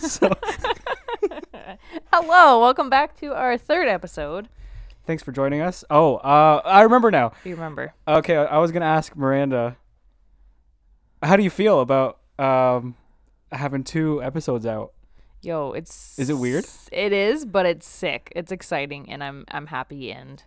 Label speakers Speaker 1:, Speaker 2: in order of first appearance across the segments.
Speaker 1: so
Speaker 2: Hello, welcome back to our third episode.
Speaker 1: thanks for joining us. Oh, uh, I remember now.
Speaker 2: Do you remember?
Speaker 1: Okay, I I was gonna ask Miranda, how do you feel about um, having two episodes out?
Speaker 2: Yo, it's
Speaker 1: Is it weird?
Speaker 2: It is, but it's sick. It's exciting, and I'm I'm happy and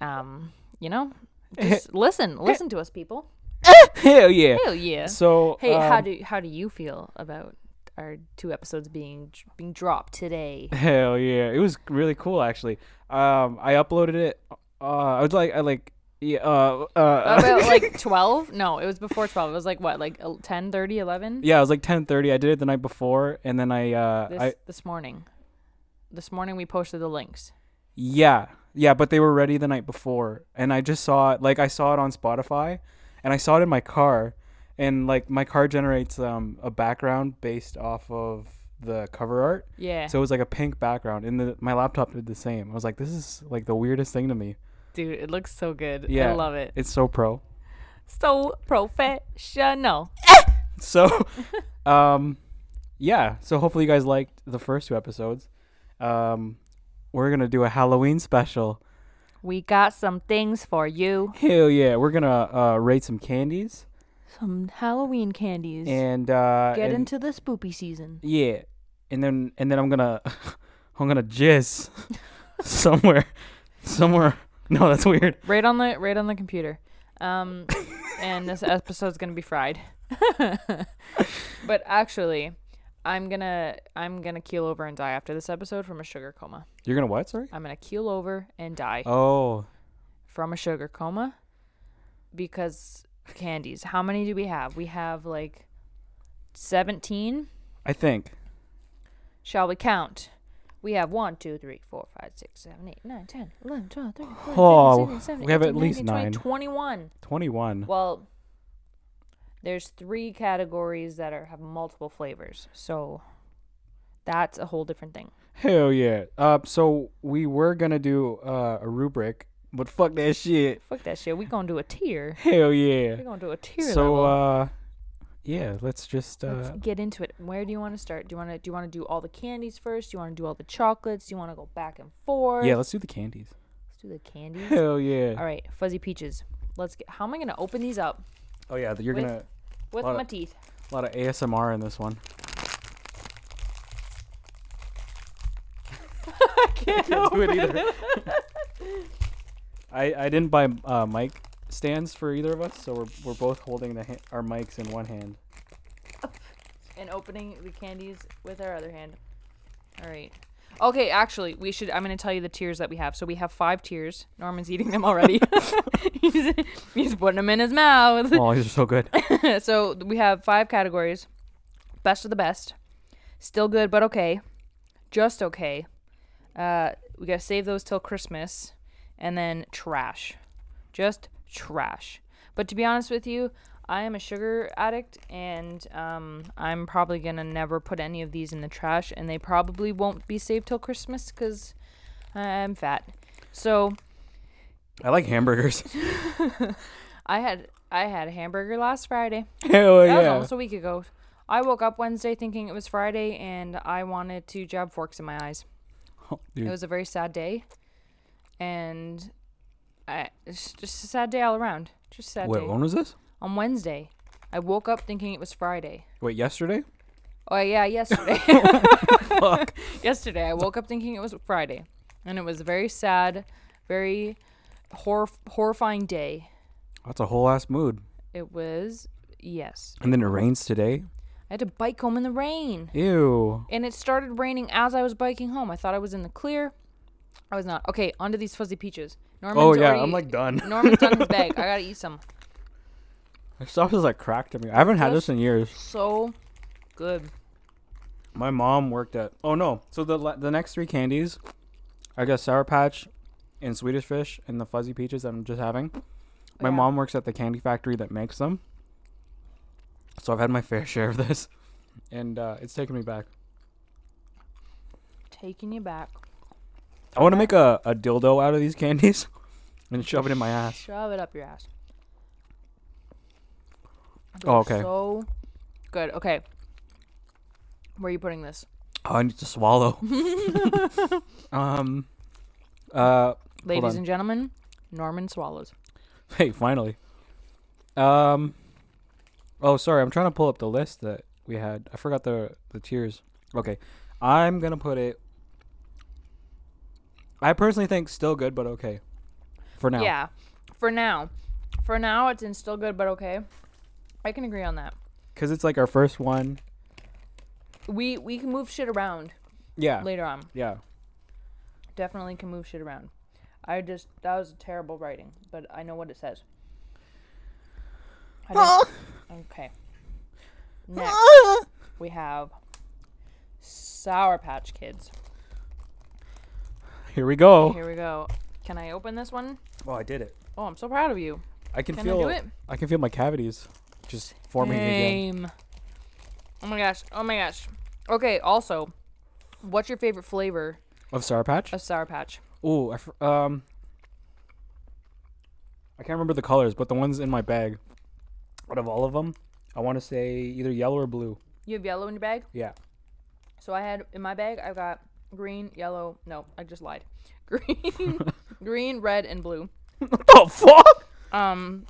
Speaker 2: um, you know, just listen, listen to us, people.
Speaker 1: Hell yeah!
Speaker 2: Hell yeah.
Speaker 1: So
Speaker 2: Hey, how
Speaker 1: um,
Speaker 2: do how do you feel about our two episodes being being dropped today?
Speaker 1: Hell yeah! It was really cool actually. Um, I uploaded it. Uh, I was like, I like, yeah, uh, uh,
Speaker 2: about like 12 no it was before 12 it was like what like el- 10 30 11
Speaker 1: yeah. It was like ten thirty. I did it the night before, and then I, uh,
Speaker 2: this
Speaker 1: I,
Speaker 2: this morning this morning we posted the links
Speaker 1: yeah, yeah. But they were ready the night before, and I just saw it. Like I saw it on Spotify, and I saw it in my car, and like my car generates um a background based off of the cover art.
Speaker 2: yeah
Speaker 1: So it was like a pink background, and the, my laptop did the same. I was like, this is like the weirdest thing to me.
Speaker 2: dude it looks so good
Speaker 1: Yeah,
Speaker 2: i love it
Speaker 1: It's so pro.
Speaker 2: so professional
Speaker 1: so um yeah so hopefully you guys liked the first two episodes um we're gonna do a halloween special
Speaker 2: we got some things for you
Speaker 1: hell yeah we're gonna uh rate some candies
Speaker 2: some halloween candies
Speaker 1: and uh
Speaker 2: get
Speaker 1: and-
Speaker 2: into the spoopy season
Speaker 1: yeah and then and then i'm gonna i'm gonna jizz somewhere somewhere no that's weird
Speaker 2: right on the right on the computer um and this episode's gonna be fried but actually i'm gonna i'm gonna keel over and die after this episode from a sugar coma
Speaker 1: you're gonna what sorry
Speaker 2: i'm gonna keel over and die
Speaker 1: oh
Speaker 2: from a sugar coma because candies how many do we have we have like 17
Speaker 1: i think
Speaker 2: shall we count we have 1 2 3 4 5 6 7 8 9 10 11 12 13 14
Speaker 1: Oh,
Speaker 2: 15 16
Speaker 1: we have
Speaker 2: 18,
Speaker 1: at least
Speaker 2: 19, 20,
Speaker 1: nine.
Speaker 2: 21
Speaker 1: 21
Speaker 2: Well, there's three categories that are have multiple flavors, so that's a whole different thing.
Speaker 1: hell yeah uh so we were gonna do uh a rubric but fuck that shit
Speaker 2: Fuck that shit. We gonna do a tier.
Speaker 1: hell yeah
Speaker 2: We gonna do a tier
Speaker 1: so
Speaker 2: level.
Speaker 1: uh yeah let's just uh
Speaker 2: Let's get into it. Where do you want to start? Do you want to do you want to do all the candies first? Do you want to do all the chocolates? Do you want to go back and forth?
Speaker 1: yeah let's do the candies
Speaker 2: Let's do the candies.
Speaker 1: hell yeah
Speaker 2: all right, fuzzy peaches. Let's get. How am I gonna open these up
Speaker 1: oh yeah you're
Speaker 2: With-
Speaker 1: gonna
Speaker 2: with
Speaker 1: Lot of-
Speaker 2: my teeth?
Speaker 1: a lot of asmr in this one
Speaker 2: I can't
Speaker 1: do it either i i didn't buy uh mic stands for either of us so we're, we're both holding the ha- our mics in one hand
Speaker 2: and opening the candies with our other hand. All right. Okay, actually, we should. I'm going to tell you the tiers that we have. So we have five tiers. Norman's eating them already. he's, he's putting them in his mouth.
Speaker 1: oh these are so good
Speaker 2: so we have five categories best of the best, still good but okay, just okay. Uh, we got to save those till Christmas, and then trash. Just trash. But to be honest with you, I am a sugar addict, and um, I'm probably going to never put any of these in the trash, and they probably won't be saved till Christmas because I'm fat. So.
Speaker 1: i like hamburgers
Speaker 2: I had I had a hamburger last Friday.
Speaker 1: hell
Speaker 2: That was
Speaker 1: Oh, yeah
Speaker 2: almost a week ago. I woke up Wednesday thinking it was Friday and I wanted to jab forks in my eyes.
Speaker 1: Oh, Dude,
Speaker 2: It was a very sad day. And I, it's just a sad day all around. Just a sad
Speaker 1: wait
Speaker 2: day.
Speaker 1: when was this
Speaker 2: On Wednesday, I woke up thinking it was Friday.
Speaker 1: wait yesterday
Speaker 2: Oh, yeah, yesterday. Yesterday, I woke up thinking it was Friday. And it was a very sad, very hor- horrifying day.
Speaker 1: that's a whole ass mood
Speaker 2: It was, yes.
Speaker 1: and then it rains today
Speaker 2: I had to bike home in the rain.
Speaker 1: ew
Speaker 2: and it started raining as I was biking home. I thought I was in the clear. I was not. Okay, onto these fuzzy peaches. Norman's
Speaker 1: oh yeah
Speaker 2: already-
Speaker 1: i'm like done
Speaker 2: Norman's done his bag. I gotta eat some.
Speaker 1: stuff is like cracked to me i haven't had this in years
Speaker 2: So good.
Speaker 1: My mom worked at. Oh no! So the la- the next three candies, I got Sour Patch, and Swedish Fish, and the fuzzy peaches I'm just having. My
Speaker 2: Yeah.
Speaker 1: mom works at the candy factory that makes them. So I've had my fair share of this, and uh, it's taken me back.
Speaker 2: Taking you back.
Speaker 1: I want to make a, a dildo out of these candies, and shove it in my ass.
Speaker 2: Shove it up your ass.
Speaker 1: Oh,
Speaker 2: They're
Speaker 1: okay.
Speaker 2: So good. Okay. Where are you putting this?
Speaker 1: Oh, I need to swallow. um, uh,
Speaker 2: Ladies
Speaker 1: on.
Speaker 2: and gentlemen, Norman swallows.
Speaker 1: hey, finally. Um, oh, sorry. I'm trying to pull up the list that we had. I forgot the the tiers. Okay, I'm gonna put it. I personally think still good, but okay. For now,
Speaker 2: Yeah. For now. For now, it's in still good, but okay. I can agree on that.
Speaker 1: because it's like our first one.
Speaker 2: We we can move shit around
Speaker 1: Yeah,
Speaker 2: later on.
Speaker 1: yeah.
Speaker 2: Definitely can move shit around. I just that was terrible writing, but I know what it says. I don't- okay. Next we have Sour Patch Kids.
Speaker 1: Here we go.
Speaker 2: Here we go. Can I open this one?
Speaker 1: Oh, I did it.
Speaker 2: Oh, I'm so proud of you.
Speaker 1: I can,
Speaker 2: Can I
Speaker 1: feel.
Speaker 2: do it?
Speaker 1: I can feel my cavities just forming again.
Speaker 2: Same. Oh my gosh. Oh my gosh. Okay. Also, what's your favorite flavor
Speaker 1: Of Sour Patch?
Speaker 2: of Sour Patch?
Speaker 1: Ooh, I f- um, I can't remember the colors, but the ones in my bag, out of all of them, I want to say either yellow or blue.
Speaker 2: You have yellow in your bag.
Speaker 1: Yeah,
Speaker 2: So I had in my bag. I've got green, yellow. No, I just lied. Green, green, red, and blue.
Speaker 1: the fuck?
Speaker 2: Um,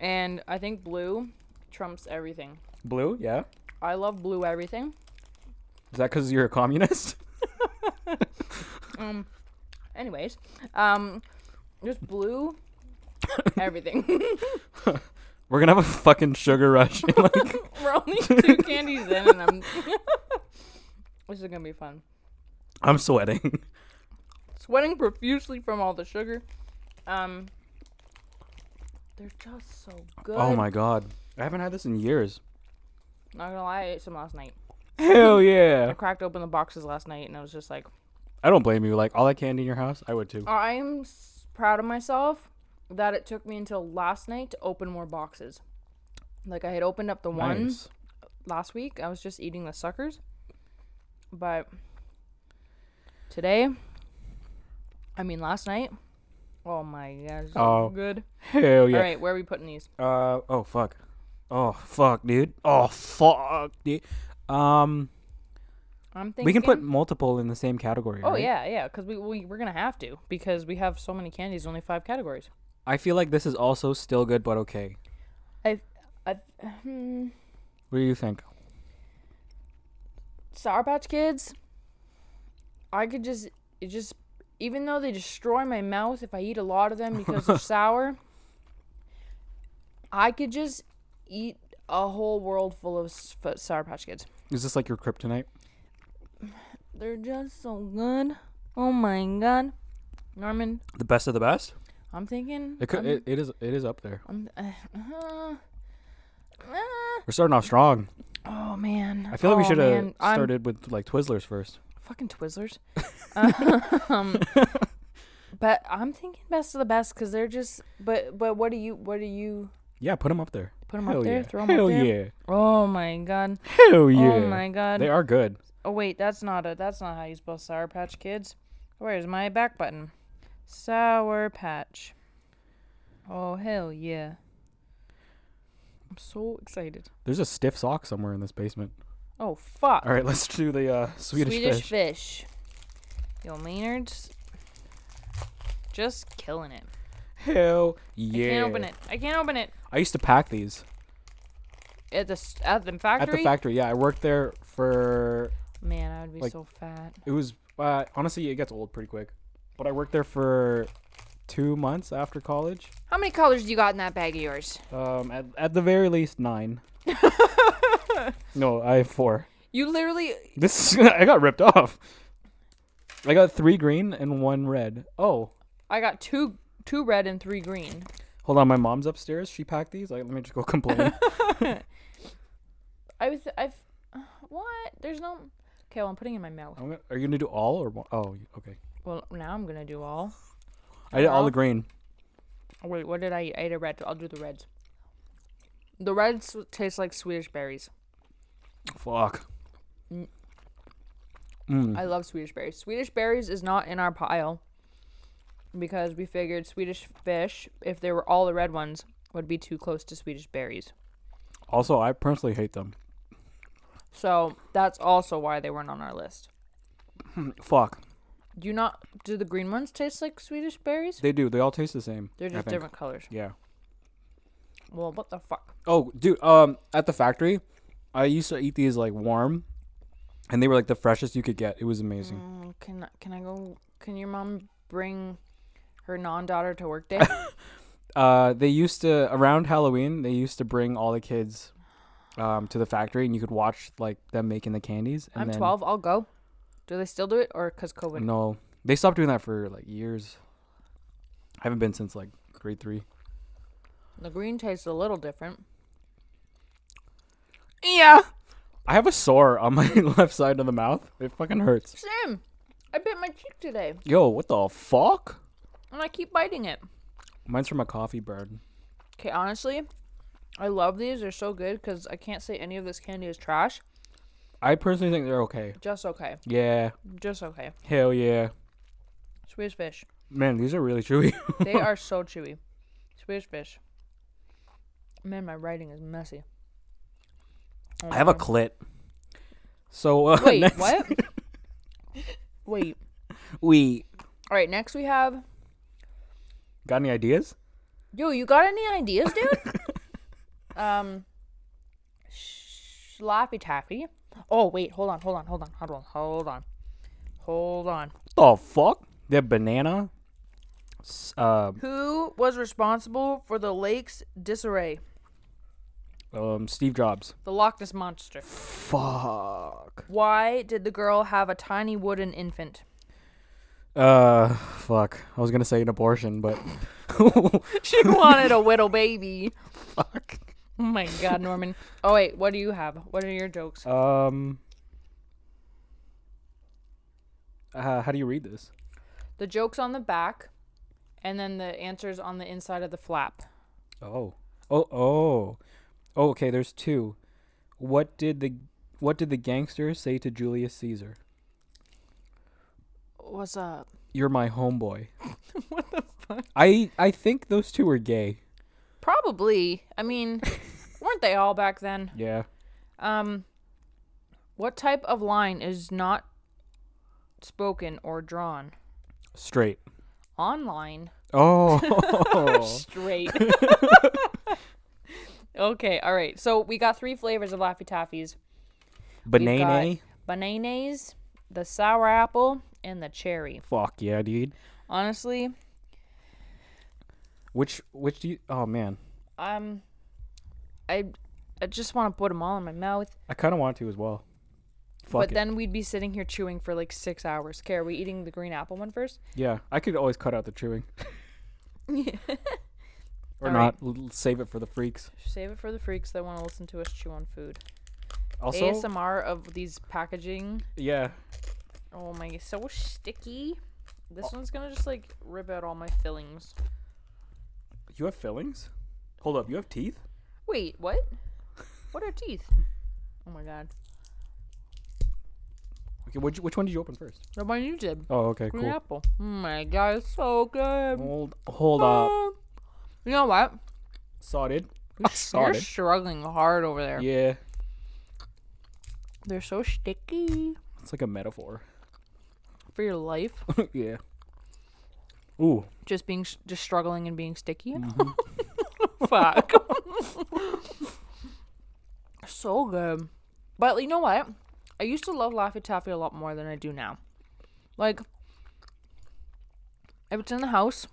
Speaker 2: and I think blue trumps everything.
Speaker 1: Blue? Yeah.
Speaker 2: I love blue everything.
Speaker 1: Is that because you're a communist?
Speaker 2: Um, Anyways, um, just blue, everything.
Speaker 1: We're gonna have a fucking sugar rush. in, like,
Speaker 2: We're only two candies in, and I'm. this is gonna be fun.
Speaker 1: I'm sweating.
Speaker 2: Sweating profusely from all the sugar. Um, they're just so good.
Speaker 1: Oh my god, I haven't had this in years.
Speaker 2: Not gonna lie, I ate some last night.
Speaker 1: Hell yeah!
Speaker 2: I cracked open the boxes last night, and I was just like,
Speaker 1: I don't blame you. Like all that candy in your house, I would too.
Speaker 2: I'm s- proud of myself that it took me until last night to open more boxes. Like I had opened up the one
Speaker 1: Nice.
Speaker 2: last week. I was just eating the suckers. But today, I mean last night, oh my gosh, so
Speaker 1: Oh,
Speaker 2: good.
Speaker 1: Hell yeah.
Speaker 2: All right, where are we putting these?
Speaker 1: Uh oh fuck. Oh fuck, dude. Oh fuck, dude. Um
Speaker 2: I'm thinking
Speaker 1: we can put multiple in the same category.
Speaker 2: Oh
Speaker 1: right?
Speaker 2: yeah, yeah, because we, we we're gonna have to because we have so many candies, only five categories.
Speaker 1: I feel like this is also still good but okay.
Speaker 2: I, I, hmm,
Speaker 1: What do you think?
Speaker 2: Sour Patch Kids. I could just it just even though they destroy my mouth if I eat a lot of them because they're sour. I could just eat a whole world full of s- f- Sour Patch Kids.
Speaker 1: Is this like your kryptonite?
Speaker 2: They're just so good. Oh my god, Norman.
Speaker 1: The best of the best?
Speaker 2: I'm thinking.
Speaker 1: It could
Speaker 2: I'm,
Speaker 1: it, it is it is up there.
Speaker 2: I'm, uh, uh, uh,
Speaker 1: We're starting off strong.
Speaker 2: oh man.
Speaker 1: I feel like we
Speaker 2: Oh,
Speaker 1: should
Speaker 2: man.
Speaker 1: have
Speaker 2: I'm-
Speaker 1: started with like Twizzlers first.
Speaker 2: fucking Twizzlers. um, but I'm thinking best of the best because they're just. But but what do you what do you
Speaker 1: Yeah, put them up there.
Speaker 2: put them
Speaker 1: Hell
Speaker 2: up there?
Speaker 1: yeah.
Speaker 2: Throw them
Speaker 1: Hell
Speaker 2: up there.
Speaker 1: yeah.
Speaker 2: Oh my god.
Speaker 1: Hell yeah.
Speaker 2: Oh my god.
Speaker 1: They are good.
Speaker 2: Oh wait, that's not a that's not how you spell Sour Patch Kids. Where's my back button? Sour Patch. Oh hell yeah. I'm so excited.
Speaker 1: There's a stiff sock somewhere in this basement.
Speaker 2: Oh fuck.
Speaker 1: All right, let's do the uh, Swedish, fish.
Speaker 2: fish. Yo, Maynard's just killing it.
Speaker 1: Hell yeah.
Speaker 2: I can't open it. I can't open it.
Speaker 1: I used to pack these.
Speaker 2: At the s- at the factory.
Speaker 1: At the factory, yeah. I worked there for
Speaker 2: Man, I would be
Speaker 1: like-
Speaker 2: so fat.
Speaker 1: it was uh, honestly it gets old pretty quick. But I worked there for two months after college.
Speaker 2: How many colors do you got in that bag of yours?
Speaker 1: Um, at, at the very least nine. no, I have four.
Speaker 2: You literally.
Speaker 1: This I got ripped off. I got three green and one red. Oh,
Speaker 2: I got two two red and three green.
Speaker 1: hold on, my mom's upstairs. She packed these. Like, let me just go complain.
Speaker 2: I was I've what? There's no. Okay, well I'm putting it in my mouth.
Speaker 1: I'm gonna, are you gonna do all or one? Oh, you- okay.
Speaker 2: Well now I'm gonna do all.
Speaker 1: I did all
Speaker 2: Well.
Speaker 1: the green.
Speaker 2: Oh, Wait, what did I eat? I ate a red. I'll do the reds. The reds taste like Swedish berries.
Speaker 1: Fuck.
Speaker 2: Mm.
Speaker 1: Mm.
Speaker 2: I love Swedish berries. Swedish berries is not in our pile because we figured Swedish fish, if they were all the red ones, would be too close to Swedish berries.
Speaker 1: Also, I personally hate them.
Speaker 2: So that's also why they weren't on our list.
Speaker 1: Fuck.
Speaker 2: Do you not do the green ones taste like Swedish berries?
Speaker 1: They do. They all taste the same.
Speaker 2: They're
Speaker 1: I
Speaker 2: just
Speaker 1: think.
Speaker 2: different colors.
Speaker 1: Yeah.
Speaker 2: Well, what the fuck?
Speaker 1: Oh, dude. Um, at the factory, I used to eat these like warm, and they were like the freshest you could get. It was amazing.
Speaker 2: Mm, can I- can I go? Can your mom bring her non-daughter to work day?
Speaker 1: Uh, they used to around Halloween. They used to bring all the kids, um, to the factory, and you could watch like them making the candies. And
Speaker 2: I'm
Speaker 1: then-
Speaker 2: 12. I'll go. Do they still do it or because COVID?
Speaker 1: No, they stopped doing that for like years. I haven't been since like grade three.
Speaker 2: The green tastes a little different. Yeah.
Speaker 1: I have a sore on my left side of the mouth. It fucking hurts.
Speaker 2: Same. I bit my cheek today,
Speaker 1: Yo, what the fuck?
Speaker 2: and I keep biting it.
Speaker 1: Mine's from a coffee bird.
Speaker 2: Okay, honestly, I love these. They're so good because I can't say any of this candy is trash.
Speaker 1: I personally think they're okay.
Speaker 2: Just okay.
Speaker 1: Yeah,
Speaker 2: Just okay.
Speaker 1: hell yeah.
Speaker 2: Swedish fish.
Speaker 1: Man, these are really chewy.
Speaker 2: They are so chewy. Swedish fish. Man, my writing is messy. Oh
Speaker 1: I have a
Speaker 2: my-
Speaker 1: clit. So uh,
Speaker 2: Wait,
Speaker 1: next
Speaker 2: what? Wait.
Speaker 1: we
Speaker 2: All right, next we have.
Speaker 1: got any ideas?
Speaker 2: Yo, you got any ideas, dude? um. sh- Laffy Taffy. Oh, wait, hold on, hold on, hold on, hold on, hold on. Hold on.
Speaker 1: What the fuck? The banana. S- Uh,
Speaker 2: Who was responsible for the lake's disarray?
Speaker 1: um, Steve Jobs.
Speaker 2: The Loch Ness Monster.
Speaker 1: Fuck.
Speaker 2: Why did the girl have a tiny wooden infant?
Speaker 1: Uh, fuck. I was gonna say an abortion, but
Speaker 2: She wanted a little baby.
Speaker 1: fuck.
Speaker 2: Oh my god, Norman. Oh wait, what do you have? What are your jokes?
Speaker 1: Um. Uh, how do you read this?
Speaker 2: The jokes on the back and then the answers on the inside of the flap.
Speaker 1: Oh. Oh. Oh. Oh. Okay. There's two. What did the What did the gangster say to Julius Caesar?
Speaker 2: What's up?
Speaker 1: You're my homeboy.
Speaker 2: what the fuck?
Speaker 1: I I think those two were gay.
Speaker 2: Probably. I mean, weren't they all back then?
Speaker 1: Yeah.
Speaker 2: Um what type of line is not spoken or drawn?
Speaker 1: Straight.
Speaker 2: Online.
Speaker 1: Oh.
Speaker 2: straight. okay, all right. So we got three flavors of Laffy Taffys:
Speaker 1: Banana.
Speaker 2: bananas, the sour apple, and the cherry.
Speaker 1: Fuck yeah, dude.
Speaker 2: Honestly,
Speaker 1: Which which do you? Oh man,
Speaker 2: um, I, I just want to put them all in my mouth.
Speaker 1: I kind of want to as well. Fuck
Speaker 2: but
Speaker 1: it.
Speaker 2: then we'd be sitting here chewing for like six hours. Okay, are we eating the green apple one first?
Speaker 1: yeah, I could always cut out the chewing. or
Speaker 2: All
Speaker 1: not.
Speaker 2: right.
Speaker 1: L- save it for the freaks.
Speaker 2: Save it for the freaks that want to listen to us chew on food.
Speaker 1: Also,
Speaker 2: ASMR of these packaging.
Speaker 1: yeah.
Speaker 2: Oh my, so sticky. This
Speaker 1: Oh.
Speaker 2: one's gonna just like rip out all my fillings.
Speaker 1: You have fillings? Hold up, you have teeth?
Speaker 2: Wait, what? What are teeth? Oh my god.
Speaker 1: Okay, which, which one did you open first?
Speaker 2: The one you did.
Speaker 1: Oh, okay,
Speaker 2: Green
Speaker 1: cool.
Speaker 2: apple. Oh my god, it's so good.
Speaker 1: Hold hold up.
Speaker 2: Ah. You know what?
Speaker 1: Sodded.
Speaker 2: They're
Speaker 1: Sodded.
Speaker 2: struggling hard over there.
Speaker 1: Yeah.
Speaker 2: They're so sticky.
Speaker 1: It's like a metaphor.
Speaker 2: For your life.
Speaker 1: yeah. Ooh.
Speaker 2: just being, s- just struggling and being sticky. Fuck. so good. But you know what? I used to love Laffy Taffy a lot more than I do now. Like, if it's in the house,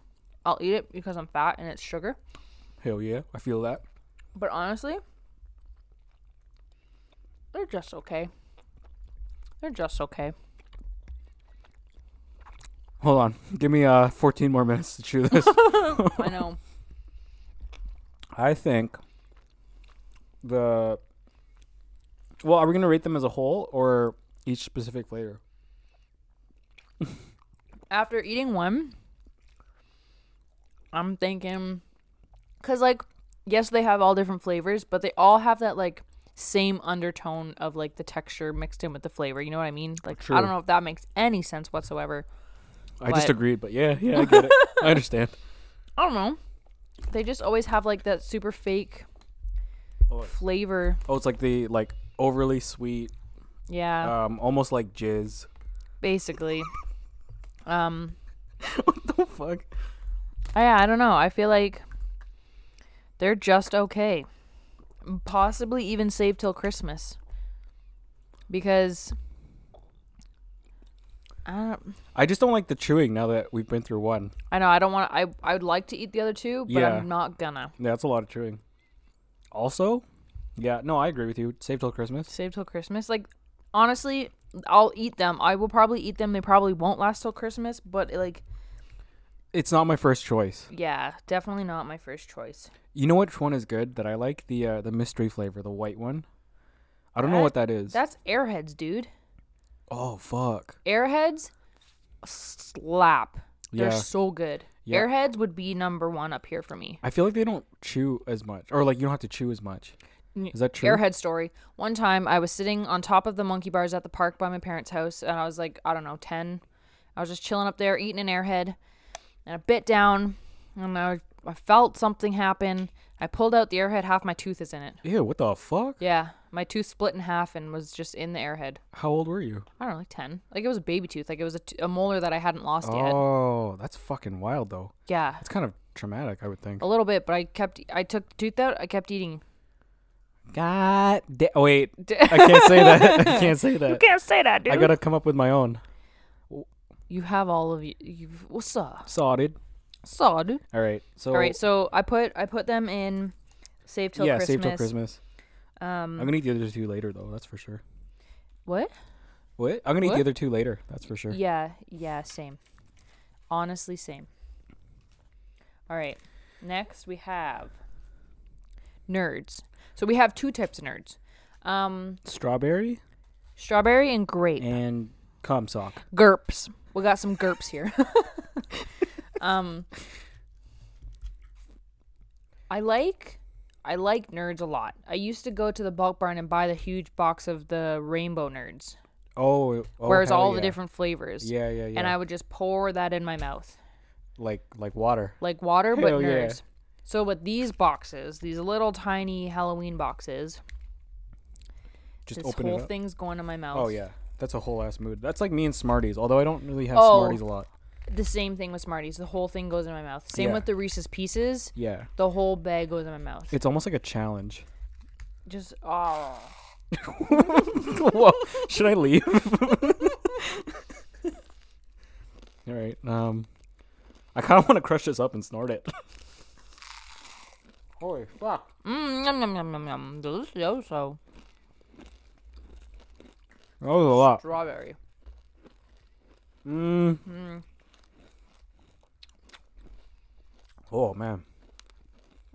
Speaker 2: I'll eat it because I'm fat and it's sugar.
Speaker 1: Hell yeah. I feel that.
Speaker 2: But honestly, they're just okay. They're just okay.
Speaker 1: Hold on. Give me uh 14 more minutes to chew this.
Speaker 2: I know.
Speaker 1: I think the Well, are we going to rate them as a whole or each specific flavor?
Speaker 2: After eating one, I'm thinking, because, like, yes, they have all different flavors, but they all have that, like, same undertone of, like, the texture mixed in with the flavor. You know what I mean? Like, I
Speaker 1: True.
Speaker 2: don't know if that makes any sense whatsoever.
Speaker 1: I just
Speaker 2: What?
Speaker 1: agreed, but yeah, yeah, I get it. I understand.
Speaker 2: I don't know. They just always have, like, that super fake
Speaker 1: Oh,
Speaker 2: flavor.
Speaker 1: Oh, it's like the like overly sweet,
Speaker 2: Yeah,
Speaker 1: um, almost like jizz.
Speaker 2: basically. Um,
Speaker 1: what the fuck?
Speaker 2: Uh, I, I don't know. I feel like they're just okay. Possibly even save till Christmas. Because I don't
Speaker 1: I just don't like the chewing now that we've been through one.
Speaker 2: I know I don't want I I would like to eat the other two, but
Speaker 1: Yeah.
Speaker 2: I'm not gonna.
Speaker 1: Yeah, that's a lot of chewing. Also, yeah, no, I agree with you. Save till Christmas.
Speaker 2: Save till Christmas. Like honestly, I'll eat them. I will probably eat them. They probably won't last till Christmas, but like
Speaker 1: It's not my first choice.
Speaker 2: yeah, definitely not my first choice.
Speaker 1: You know which one is good that I like? The uh, the mystery flavor, the white one. I don't know
Speaker 2: That-
Speaker 1: what that is.
Speaker 2: That's airheads, dude.
Speaker 1: oh fuck.
Speaker 2: Airheads slap. They're
Speaker 1: Yeah.
Speaker 2: so good.
Speaker 1: Yeah.
Speaker 2: Airheads would be number one up here for me.
Speaker 1: I feel like they don't chew as much, or like you don't have to chew as much.
Speaker 2: N-
Speaker 1: Is that true?
Speaker 2: Airhead story. One time I was sitting on top of the monkey bars at the park by my parents' house, and I was like, I don't know, 10. I was just chilling up there eating an airhead, and I bit down, and I, I felt something happen. I pulled out the airhead, half my tooth is in it.
Speaker 1: Ew, what the fuck?
Speaker 2: Yeah, my tooth split in half and was just in the airhead.
Speaker 1: How old were you?
Speaker 2: I don't know, like 10. Like it was a baby tooth. Like it was a, t- a molar that I hadn't lost yet.
Speaker 1: Oh, that's fucking wild though.
Speaker 2: Yeah,
Speaker 1: That's kind of traumatic, I would think.
Speaker 2: a little bit, but I kept, I took the tooth out, I kept eating.
Speaker 1: God da- oh, wait, I can't say that. I can't say that.
Speaker 2: Can't say that, dude.
Speaker 1: I gotta come up with my own.
Speaker 2: You have all of you. You've, what's up?
Speaker 1: Sorted.
Speaker 2: Saw, dude.
Speaker 1: All right. So.
Speaker 2: All right, so I put I put them in save till
Speaker 1: yeah,
Speaker 2: Christmas.
Speaker 1: save till Christmas.
Speaker 2: Um,
Speaker 1: I'm gonna eat the other two later though. That's for sure.
Speaker 2: what?
Speaker 1: What? I'm gonna eat
Speaker 2: What?
Speaker 1: the other two later. That's for sure.
Speaker 2: Yeah, yeah, same. Honestly, same. All right, next we have nerds. So we have two types of nerds: um,
Speaker 1: Strawberry
Speaker 2: strawberry and grape.
Speaker 1: and cum sock.
Speaker 2: Gerps. We got some gerps here. um I like I like nerds a lot. I used to go to the bulk barn and buy the huge box of the rainbow nerds.
Speaker 1: Oh. oh
Speaker 2: whereas
Speaker 1: hell
Speaker 2: all
Speaker 1: yeah.
Speaker 2: the different flavors.
Speaker 1: Yeah, yeah, yeah.
Speaker 2: And I would just pour that in my mouth.
Speaker 1: like like water.
Speaker 2: Like water but
Speaker 1: Hell yeah.
Speaker 2: nerds. So with these boxes, these little tiny Halloween boxes,
Speaker 1: Just
Speaker 2: this
Speaker 1: open
Speaker 2: whole
Speaker 1: it up.
Speaker 2: thing's going in my mouth.
Speaker 1: Oh yeah. That's a whole ass mood. That's like me and Smarties. Although I don't really have
Speaker 2: Oh.
Speaker 1: Smarties a lot.
Speaker 2: The same thing with Smarties. The whole thing goes in my mouth. Same
Speaker 1: Yeah.
Speaker 2: with the Reese's Pieces.
Speaker 1: Yeah.
Speaker 2: The whole bag goes in my mouth.
Speaker 1: It's almost like a challenge.
Speaker 2: Just oh,
Speaker 1: Whoa, should I leave? All right. Um, I kind of want to crush this up and snort it. Holy fuck!
Speaker 2: mm, yum yum yum yum yum, delicioso.
Speaker 1: That was a lot.
Speaker 2: Strawberry.
Speaker 1: Mm. Oh man.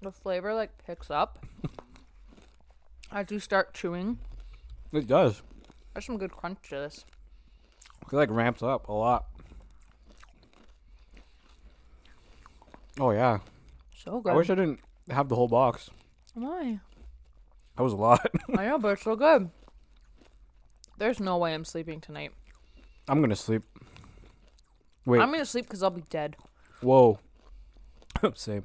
Speaker 2: The flavor like picks up as you start chewing.
Speaker 1: It does.
Speaker 2: There's some good crunch to this.
Speaker 1: It like ramps up a lot. Oh yeah.
Speaker 2: So good.
Speaker 1: I wish I didn't have the whole box.
Speaker 2: Why?
Speaker 1: That was a lot.
Speaker 2: I know, but it's so good. There's no way I'm sleeping tonight.
Speaker 1: I'm gonna sleep. Wait.
Speaker 2: I'm gonna sleep because I'll be dead.
Speaker 1: Whoa. Same.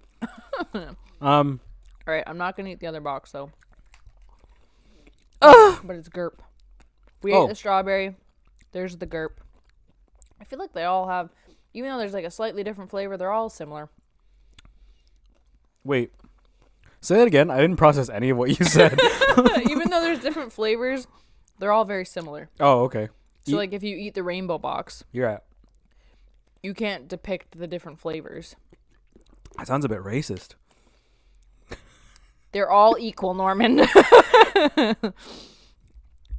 Speaker 1: um.
Speaker 2: All right, I'm not gonna eat the other box though. But it's gerp. We
Speaker 1: Oh.
Speaker 2: ate the strawberry. There's the gerp. I feel like they all have, even though there's like a slightly different flavor, they're all similar.
Speaker 1: Wait. Say that again. I didn't process any of what you said.
Speaker 2: even though there's different flavors, they're all very similar.
Speaker 1: oh, okay.
Speaker 2: So
Speaker 1: Ye-
Speaker 2: like if you eat the rainbow box,
Speaker 1: You're right.
Speaker 2: you can't depict the different flavors.
Speaker 1: That sounds a bit racist.
Speaker 2: They're all equal, Norman.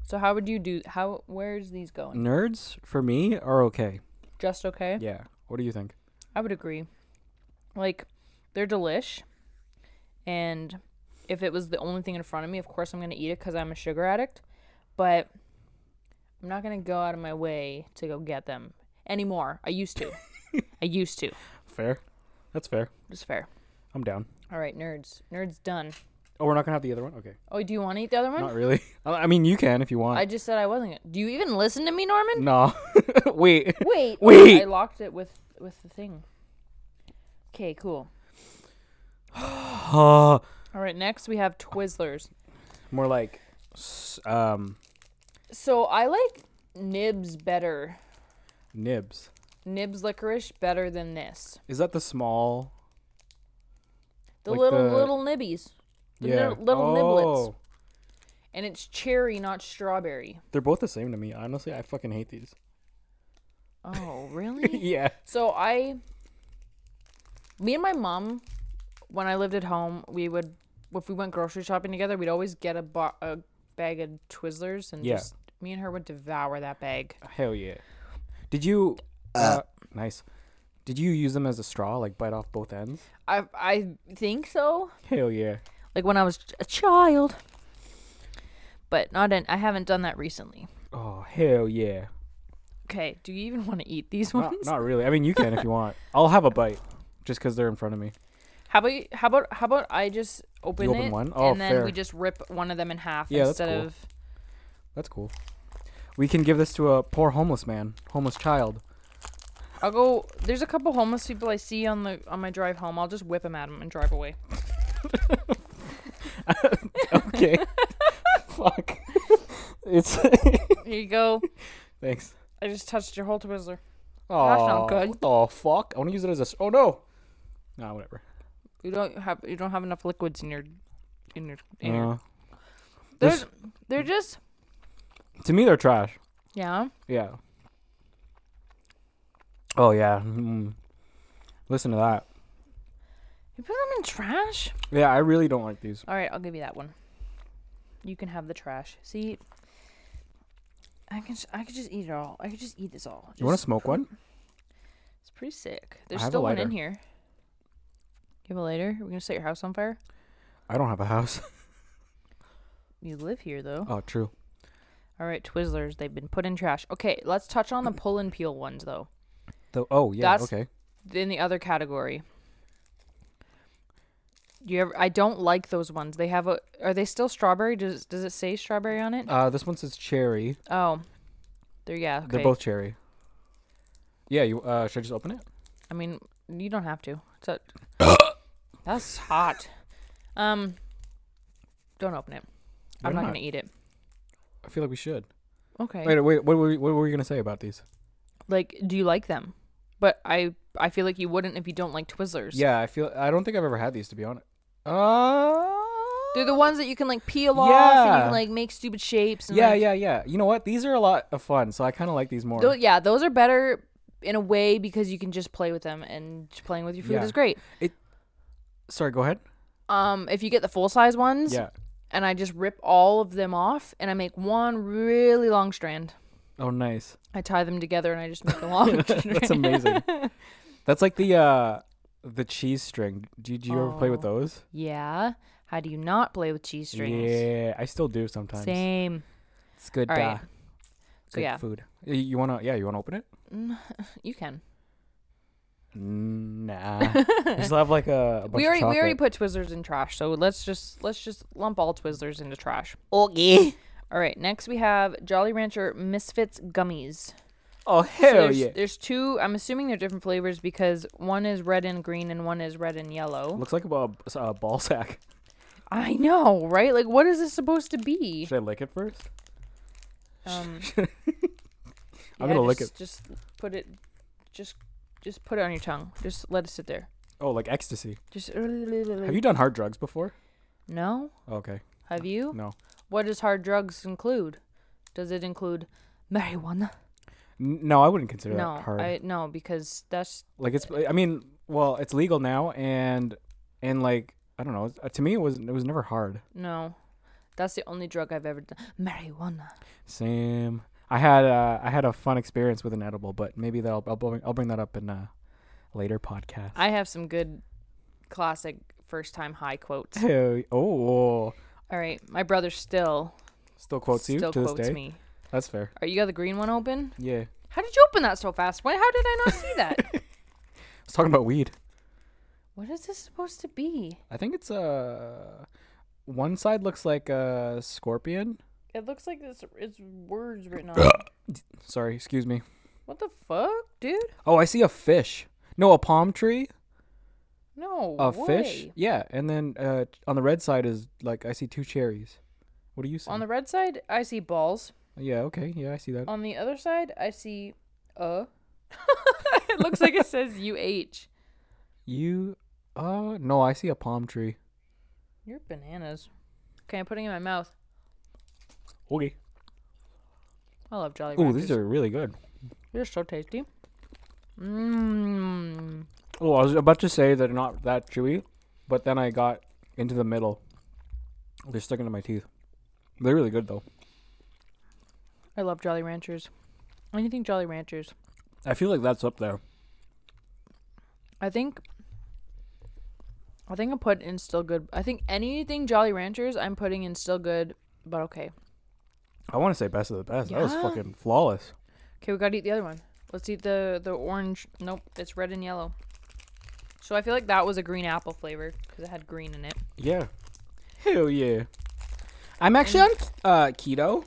Speaker 2: so how would you do how where's these going?
Speaker 1: Nerds for me are okay.
Speaker 2: Just okay?
Speaker 1: Mm. Yeah. What do you think?
Speaker 2: I would agree. Like they're delish and if it was the only thing in front of me, of course I'm going to eat it cuz I'm a sugar addict, but I'm not going to go out of my way to go get them anymore. I used to. I used to.
Speaker 1: Fair. That's fair.
Speaker 2: It's fair.
Speaker 1: I'm down.
Speaker 2: All right, nerds. Nerds done.
Speaker 1: Oh, we're not gonna have the other one. Okay.
Speaker 2: Oh, do you want to eat the other one?
Speaker 1: Not really. I I mean, you can if you want.
Speaker 2: I just said I wasn't. Gonna. Do you even listen to me, Norman?
Speaker 1: no. Wait.
Speaker 2: Wait.
Speaker 1: Wait.
Speaker 2: I locked it with with the thing. Okay, cool.
Speaker 1: Uh,
Speaker 2: All right, next we have Twizzlers.
Speaker 1: more like S- Um,
Speaker 2: So I like Nibs better.
Speaker 1: nibs.
Speaker 2: Nibs licorice better than this.
Speaker 1: Is that the small?
Speaker 2: The
Speaker 1: Like
Speaker 2: little
Speaker 1: the-
Speaker 2: little nibbies. The
Speaker 1: yeah.
Speaker 2: little, little
Speaker 1: oh,
Speaker 2: niblets. And it's cherry, not strawberry.
Speaker 1: they're both the same to me. Honestly, I fucking hate these.
Speaker 2: Oh, really?
Speaker 1: yeah.
Speaker 2: So I, me and my mom, when I lived at home, we would, if we went grocery shopping together, we'd always get a, bo- a bag of Twizzlers and
Speaker 1: Yeah.
Speaker 2: just me and her would devour that bag.
Speaker 1: Hell yeah. Did you? Uh, nice. Did you use them as a straw, like bite off both ends?
Speaker 2: I I think so.
Speaker 1: Hell yeah.
Speaker 2: Like when I was a child, but not in. I haven't done that recently.
Speaker 1: Oh hell yeah.
Speaker 2: Okay, do you even want to eat these
Speaker 1: Not,
Speaker 2: ones?
Speaker 1: not really. I mean, you can if you want. I'll have a bite, just because they're in front of me.
Speaker 2: How about you, how about how about I just open,
Speaker 1: You open
Speaker 2: it
Speaker 1: one? Oh,
Speaker 2: and then we
Speaker 1: fair.
Speaker 2: just rip one of them in half
Speaker 1: Yeah, that's
Speaker 2: instead
Speaker 1: cool.
Speaker 2: of
Speaker 1: That's cool. We can give this to a poor homeless man, homeless child.
Speaker 2: I'll go. There's a couple homeless people I see on the on my drive home. I'll just whip them at them and drive away.
Speaker 1: Okay. Fuck. it's.
Speaker 2: Here you go.
Speaker 1: Thanks.
Speaker 2: I just touched your whole Twizzler.
Speaker 1: Oh,
Speaker 2: not good.
Speaker 1: What the fuck? I want to use it as a. s- Oh no. Nah, whatever.
Speaker 2: You don't have you don't have enough liquids in your in your. In
Speaker 1: Uh,
Speaker 2: your they're,
Speaker 1: this-
Speaker 2: they're just
Speaker 1: to me, they're trash.
Speaker 2: yeah.
Speaker 1: Yeah. Oh yeah. Mm. Listen to that.
Speaker 2: You put them in Mm, trash.
Speaker 1: Yeah, I really don't like these.
Speaker 2: All right, I'll give you that one. You can have the trash. See, I can s- I could just eat it all. I could just eat this all.
Speaker 1: You want to
Speaker 2: Just-
Speaker 1: smoke one?
Speaker 2: It's pretty sick. There's
Speaker 1: have a
Speaker 2: still one in
Speaker 1: lighter.
Speaker 2: here. You have a lighter? We're gonna set your house on fire.
Speaker 1: I don't have a house.
Speaker 2: You live here though.
Speaker 1: Oh, true.
Speaker 2: All right, Twizzlers, they've been put in trash. Okay, let's touch on the pull and peel ones though.
Speaker 1: The, oh yeah.
Speaker 2: That's-
Speaker 1: okay.
Speaker 2: In the other category. You ever, I don't like those ones. They have a are they still strawberry? Does does it say strawberry on it?
Speaker 1: Uh, this one says cherry.
Speaker 2: oh. They're yeah, okay.
Speaker 1: They're both cherry. Yeah. You uh, should I just open it?
Speaker 2: I mean, you don't have to. It's a, that's hot. Um don't open it.
Speaker 1: Why
Speaker 2: I'm not,
Speaker 1: not?
Speaker 2: gonna eat it.
Speaker 1: I feel like we should.
Speaker 2: Okay.
Speaker 1: Wait, wait. What were we, what were you gonna say about these?
Speaker 2: Like, do you like them? But I I feel like you wouldn't if you don't like Twizzlers.
Speaker 1: Yeah, I feel. I don't think I've ever had these to be honest. Uh.
Speaker 2: They're the ones that you can like peel off and you
Speaker 1: Yeah.
Speaker 2: can like make stupid shapes. And,
Speaker 1: Yeah,
Speaker 2: like-
Speaker 1: yeah, yeah. You know what? These are a lot of fun, so I kind of like these more.
Speaker 2: Tho- yeah, those are better in a way because you can just play with them and just playing with your food
Speaker 1: Yeah.
Speaker 2: is great.
Speaker 1: Sorry, go ahead.
Speaker 2: Um, if you get the full size ones,
Speaker 1: Yeah.
Speaker 2: and I just rip all of them off and I make one really long strand.
Speaker 1: Oh, nice.
Speaker 2: I tie them together and I just make a long.
Speaker 1: That's
Speaker 2: strand.
Speaker 1: amazing. That's like the uh the cheese string. Do you, do you ever play with
Speaker 2: Oh,
Speaker 1: those?
Speaker 2: Yeah. How do you not play with cheese strings?
Speaker 1: Yeah, I still do sometimes.
Speaker 2: Same.
Speaker 1: It's good.
Speaker 2: All right.
Speaker 1: uh,
Speaker 2: So
Speaker 1: good
Speaker 2: yeah,
Speaker 1: food. Y- You wanna? Yeah, you wanna open it?
Speaker 2: you can.
Speaker 1: Nah. we still have like a, a bunch
Speaker 2: We
Speaker 1: of
Speaker 2: already we already put
Speaker 1: chocolate.
Speaker 2: Twizzlers in trash, so let's just let's just lump all Twizzlers into trash.
Speaker 3: Okay.
Speaker 2: All right, next we have Jolly Rancher Misfits gummies.
Speaker 1: Oh
Speaker 2: So
Speaker 1: hell
Speaker 2: there's,
Speaker 1: yeah!
Speaker 2: there's two. I'm assuming they're different flavors because one is red and green and one is red and yellow.
Speaker 1: Looks like a, ball- s- a ball sack.
Speaker 2: I know, right? Like, what is this supposed to be?
Speaker 1: Should I lick it first?
Speaker 2: Um,
Speaker 1: I'm
Speaker 2: yeah,
Speaker 1: gonna lick
Speaker 2: just- Just put it. Just just put it on your tongue. Just let it sit there.
Speaker 1: Oh, like ecstasy.
Speaker 2: Just.
Speaker 1: Have you done hard drugs before?
Speaker 2: No.
Speaker 1: Okay.
Speaker 2: Have you?
Speaker 1: No.
Speaker 2: What does hard drugs include? Does it include marijuana?
Speaker 1: N- no, I wouldn't consider
Speaker 2: No,
Speaker 1: that hard.
Speaker 2: I no because that's
Speaker 1: like it's i mean well it's legal now and and like i don't know to me it was it was never hard
Speaker 2: no, that's the only drug I've ever done. Marijuana.
Speaker 1: same i had uh i had a fun experience with an edible but maybe that i'll i'll, bring- I'll bring that up in a later podcast
Speaker 2: I have some good classic first time high quotes.
Speaker 1: Hey, oh
Speaker 2: All right, my brother still
Speaker 1: still quotes you
Speaker 2: still
Speaker 1: to this
Speaker 2: quotes
Speaker 1: day
Speaker 2: me.
Speaker 1: that's fair
Speaker 2: Are you got the green one open?
Speaker 1: yeah i
Speaker 2: How did you open that so fast? Why? How did I not see that?
Speaker 1: was talking about weed
Speaker 2: what is this supposed to be?
Speaker 1: i think it's uh one side looks like a scorpion
Speaker 2: It looks like this. It's words written on. it.
Speaker 1: sorry excuse me
Speaker 2: What the fuck, dude?
Speaker 1: oh i see a fish no a palm tree
Speaker 2: No
Speaker 1: a fish
Speaker 2: way.
Speaker 1: yeah and then uh on the red side is like i see two cherries What do you see?
Speaker 2: On the red side, I see balls.
Speaker 1: yeah, okay. Yeah, I see that.
Speaker 2: On the other side, I see uh. it looks like it says UH.
Speaker 1: you uh no, I see a palm tree.
Speaker 2: You're bananas. Okay, I'm putting it in my mouth.
Speaker 1: Okay.
Speaker 2: I love Jolly
Speaker 1: Oh,
Speaker 2: Ranchers.
Speaker 1: these are really good.
Speaker 2: They're so tasty. Mmm.
Speaker 1: Oh, I was about to say they're not that chewy, but then I got into the middle. They're sticking to my teeth. They're really good though.
Speaker 2: I love Jolly Ranchers. Anything Jolly Ranchers.
Speaker 1: I feel like that's up there.
Speaker 2: I think. I think I put in still good. I think anything Jolly Ranchers, I'm putting in still good, but okay.
Speaker 1: I want to say best of the best. That was
Speaker 2: Yeah.
Speaker 1: fucking flawless.
Speaker 2: Okay, we gotta eat the other one. Let's eat the the orange. Nope, it's red and yellow. So I feel like that was a green apple flavor because it had green in it.
Speaker 1: Yeah. Hell yeah. I'm actually on uh, keto.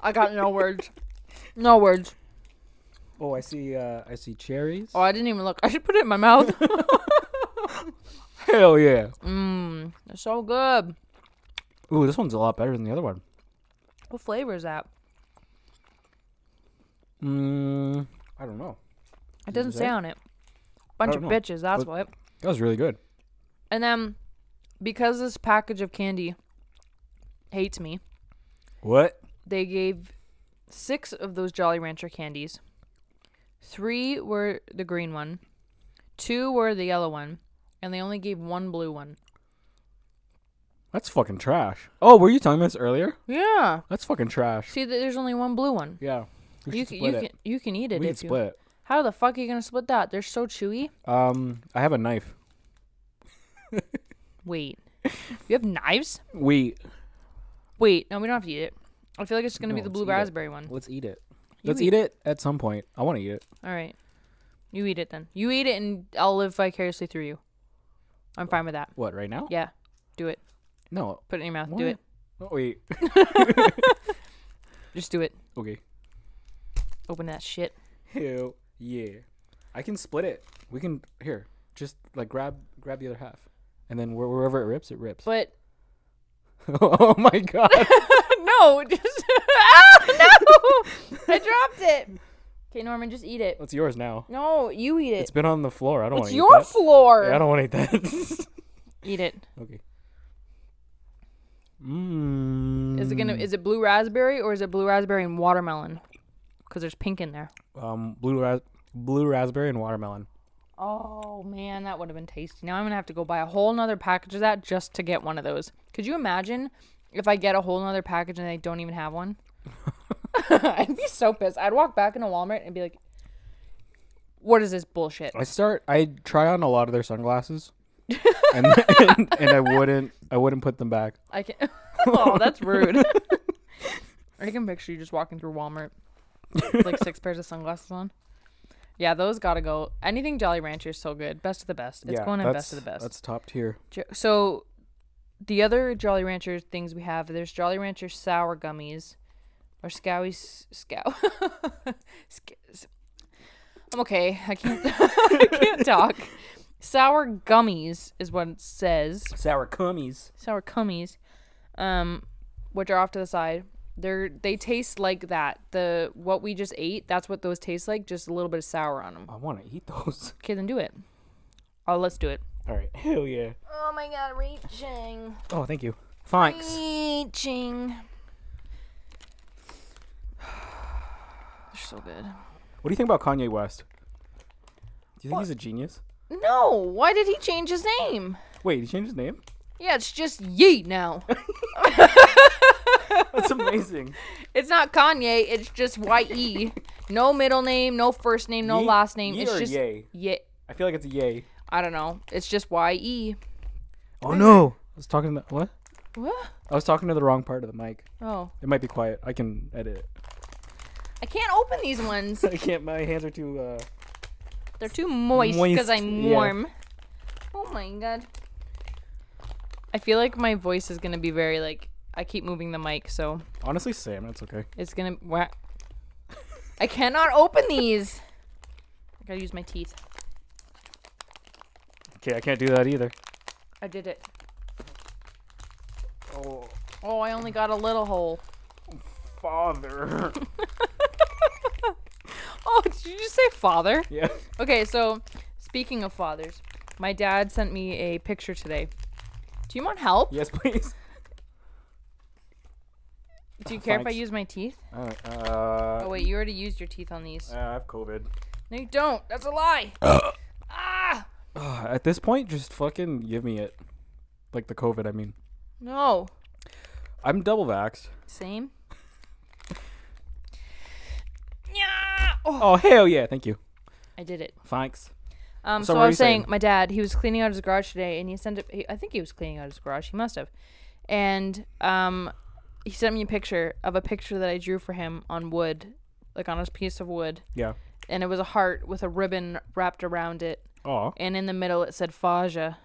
Speaker 2: I got no words. No words.
Speaker 1: Oh, I see. Uh, I see cherries.
Speaker 2: Oh, I didn't even look. I should put it in my mouth.
Speaker 1: Hell yeah.
Speaker 2: Mmm, they're so good.
Speaker 1: Ooh, this one's a lot better than the other one.
Speaker 2: What flavor is that?
Speaker 1: Mm, I don't know.
Speaker 2: It doesn't
Speaker 1: say?
Speaker 2: say on it. Bunch of
Speaker 1: don't know.
Speaker 2: bitches, that's what.
Speaker 1: That was really good.
Speaker 2: And then, because this package of candy hates me,
Speaker 1: What?
Speaker 2: they gave six of those Jolly Rancher candies. Three were the green one, two were the yellow one, and they only gave one blue one.
Speaker 1: That's fucking trash. Oh, were you telling me this earlier?
Speaker 2: Yeah.
Speaker 1: That's fucking trash.
Speaker 2: See, th- there's only one blue one.
Speaker 1: Yeah. We
Speaker 2: You
Speaker 1: should
Speaker 2: can,
Speaker 1: split
Speaker 2: you
Speaker 1: it.
Speaker 2: can you can eat it
Speaker 1: we can
Speaker 2: if you.
Speaker 1: split. it.
Speaker 2: How the fuck are you gonna split that? They're so chewy.
Speaker 1: Um, I have a knife.
Speaker 2: Wait, you have knives?
Speaker 1: We
Speaker 2: Wait, no, we don't have to eat it. I feel like it's gonna be
Speaker 1: No,
Speaker 2: the
Speaker 1: let's
Speaker 2: blue
Speaker 1: eat it.
Speaker 2: raspberry one.
Speaker 1: let's eat it.
Speaker 2: You
Speaker 1: let's
Speaker 2: eat-
Speaker 1: eat it at some point. I want to eat it.
Speaker 2: All right. You eat it then. You eat it and I'll live vicariously through you. I'm fine with that.
Speaker 1: What? Right now?
Speaker 2: Yeah. Do it.
Speaker 1: No.
Speaker 2: Put it in your mouth. Do it.
Speaker 1: Oh, wait.
Speaker 2: Just do it.
Speaker 1: okay.
Speaker 2: Open that shit.
Speaker 1: Hell yeah. I can split it. We can here. Just like grab grab the other half, and then where- wherever it rips, it rips.
Speaker 2: But
Speaker 1: oh my god.
Speaker 2: no, just ah, no. I dropped it. Okay, Norman, just eat it.
Speaker 1: It's yours now.
Speaker 2: No, you eat
Speaker 1: It's
Speaker 2: it.
Speaker 1: been on the floor. I don't want
Speaker 2: It's
Speaker 1: to eat
Speaker 2: your
Speaker 1: that.
Speaker 2: floor.
Speaker 1: Yeah, I don't want to eat that.
Speaker 2: eat it.
Speaker 1: okay. Mm.
Speaker 2: Is it gonna? Is it blue raspberry or is it blue raspberry and watermelon? Because there's pink in there.
Speaker 1: um blue ras- blue raspberry and watermelon?
Speaker 2: Oh man, that would have been tasty. Now I'm gonna have to go buy a whole nother package of that just to get one of those. Could you imagine if I get a whole nother package and they don't even have one? I'd be so pissed. I'd walk back into Walmart and be like, "What is this bullshit?"
Speaker 1: I start. I try on a lot of their sunglasses, and, and and I wouldn't. I wouldn't put them back.
Speaker 2: I can. oh, that's rude. I can picture you just walking through Walmart with like six pairs of sunglasses on. Yeah, those gotta go. Anything Jolly Rancher is so good. Best of the best. It's going in best of the best.
Speaker 1: That's top tier.
Speaker 2: Jo- So, the other Jolly Rancher things we have, there's Jolly Rancher sour gummies, or Scowie s- Scow. Sc- s- I'm okay. I can't. I can't talk. Sour gummies is what it says.
Speaker 1: Sour cummies.
Speaker 2: Sour gummies, um, which are off to the side. They're they taste like that. The what we just ate. That's what those taste like. Just a little bit of sour on them.
Speaker 1: I want to eat those.
Speaker 2: Okay, then do it. Oh, let's do it.
Speaker 1: All right. Hell yeah.
Speaker 2: Oh my God, reaching.
Speaker 1: Oh, thank you. Thanks.
Speaker 2: Reaching. They're so good.
Speaker 1: What do you think about Kanye West? Do you think he's a genius?
Speaker 2: No, why did he change his name?
Speaker 1: Wait, he changed his name?
Speaker 2: Yeah, it's just Ye now.
Speaker 1: That's amazing.
Speaker 2: it's not Kanye. It's just Y E. No middle name, no first name, no
Speaker 1: Ye-
Speaker 2: last name.
Speaker 1: Ye
Speaker 2: it's
Speaker 1: or
Speaker 2: just
Speaker 1: yay?
Speaker 2: Ye.
Speaker 1: I feel like it's a yay.
Speaker 2: I don't know. It's just Y E.
Speaker 1: Oh no! I was talking to what?
Speaker 2: What?
Speaker 1: I was talking to the wrong part of the mic.
Speaker 2: Oh,
Speaker 1: It might be quiet. I can edit it.
Speaker 2: I can't open these ones.
Speaker 1: I can't. My hands are too. uh
Speaker 2: They're too moist because
Speaker 1: Moist,
Speaker 2: I'm
Speaker 1: yeah.
Speaker 2: warm. Oh my god. I feel like my voice is gonna be very like I keep moving the mic, so
Speaker 1: Honestly, Sam, that's okay.
Speaker 2: it's gonna. Wha- I cannot open these. I gotta use my teeth.
Speaker 1: Okay, I can't do that either.
Speaker 2: I did it.
Speaker 1: Oh,
Speaker 2: Oh, I only got a little hole.
Speaker 1: father.
Speaker 2: Oh, did you just say father?
Speaker 1: yeah.
Speaker 2: Okay, so speaking of fathers, my dad sent me a picture today. Do you want help?
Speaker 1: Yes, please.
Speaker 2: Do you care if I
Speaker 1: thanks.
Speaker 2: use my teeth?
Speaker 1: Uh,
Speaker 2: Oh
Speaker 1: uh,
Speaker 2: wait, you already used your teeth on these.
Speaker 1: I have COVID.
Speaker 2: No, you don't. That's a lie.
Speaker 1: Uh.
Speaker 2: ah,
Speaker 1: Ugh, at this point, just fucking give me it. Like the COVID, I mean.
Speaker 2: no.
Speaker 1: I'm double vaxxed.
Speaker 2: Same. Yeah. Oh,
Speaker 1: Oh, hell yeah. Thank you.
Speaker 2: I did it.
Speaker 1: Thanks.
Speaker 2: Um,
Speaker 1: So
Speaker 2: so,
Speaker 1: what
Speaker 2: I
Speaker 1: were
Speaker 2: was
Speaker 1: you saying?
Speaker 2: saying, my dad, he was cleaning out his garage today, and he sent. A, he, I think he was cleaning out his garage. He must have, and um, he sent me a picture of a picture that I drew for him on wood, like on a piece of wood,
Speaker 1: Yeah.
Speaker 2: and it was a heart with a ribbon wrapped around it,
Speaker 1: Aw.
Speaker 2: and in the middle it said Faja,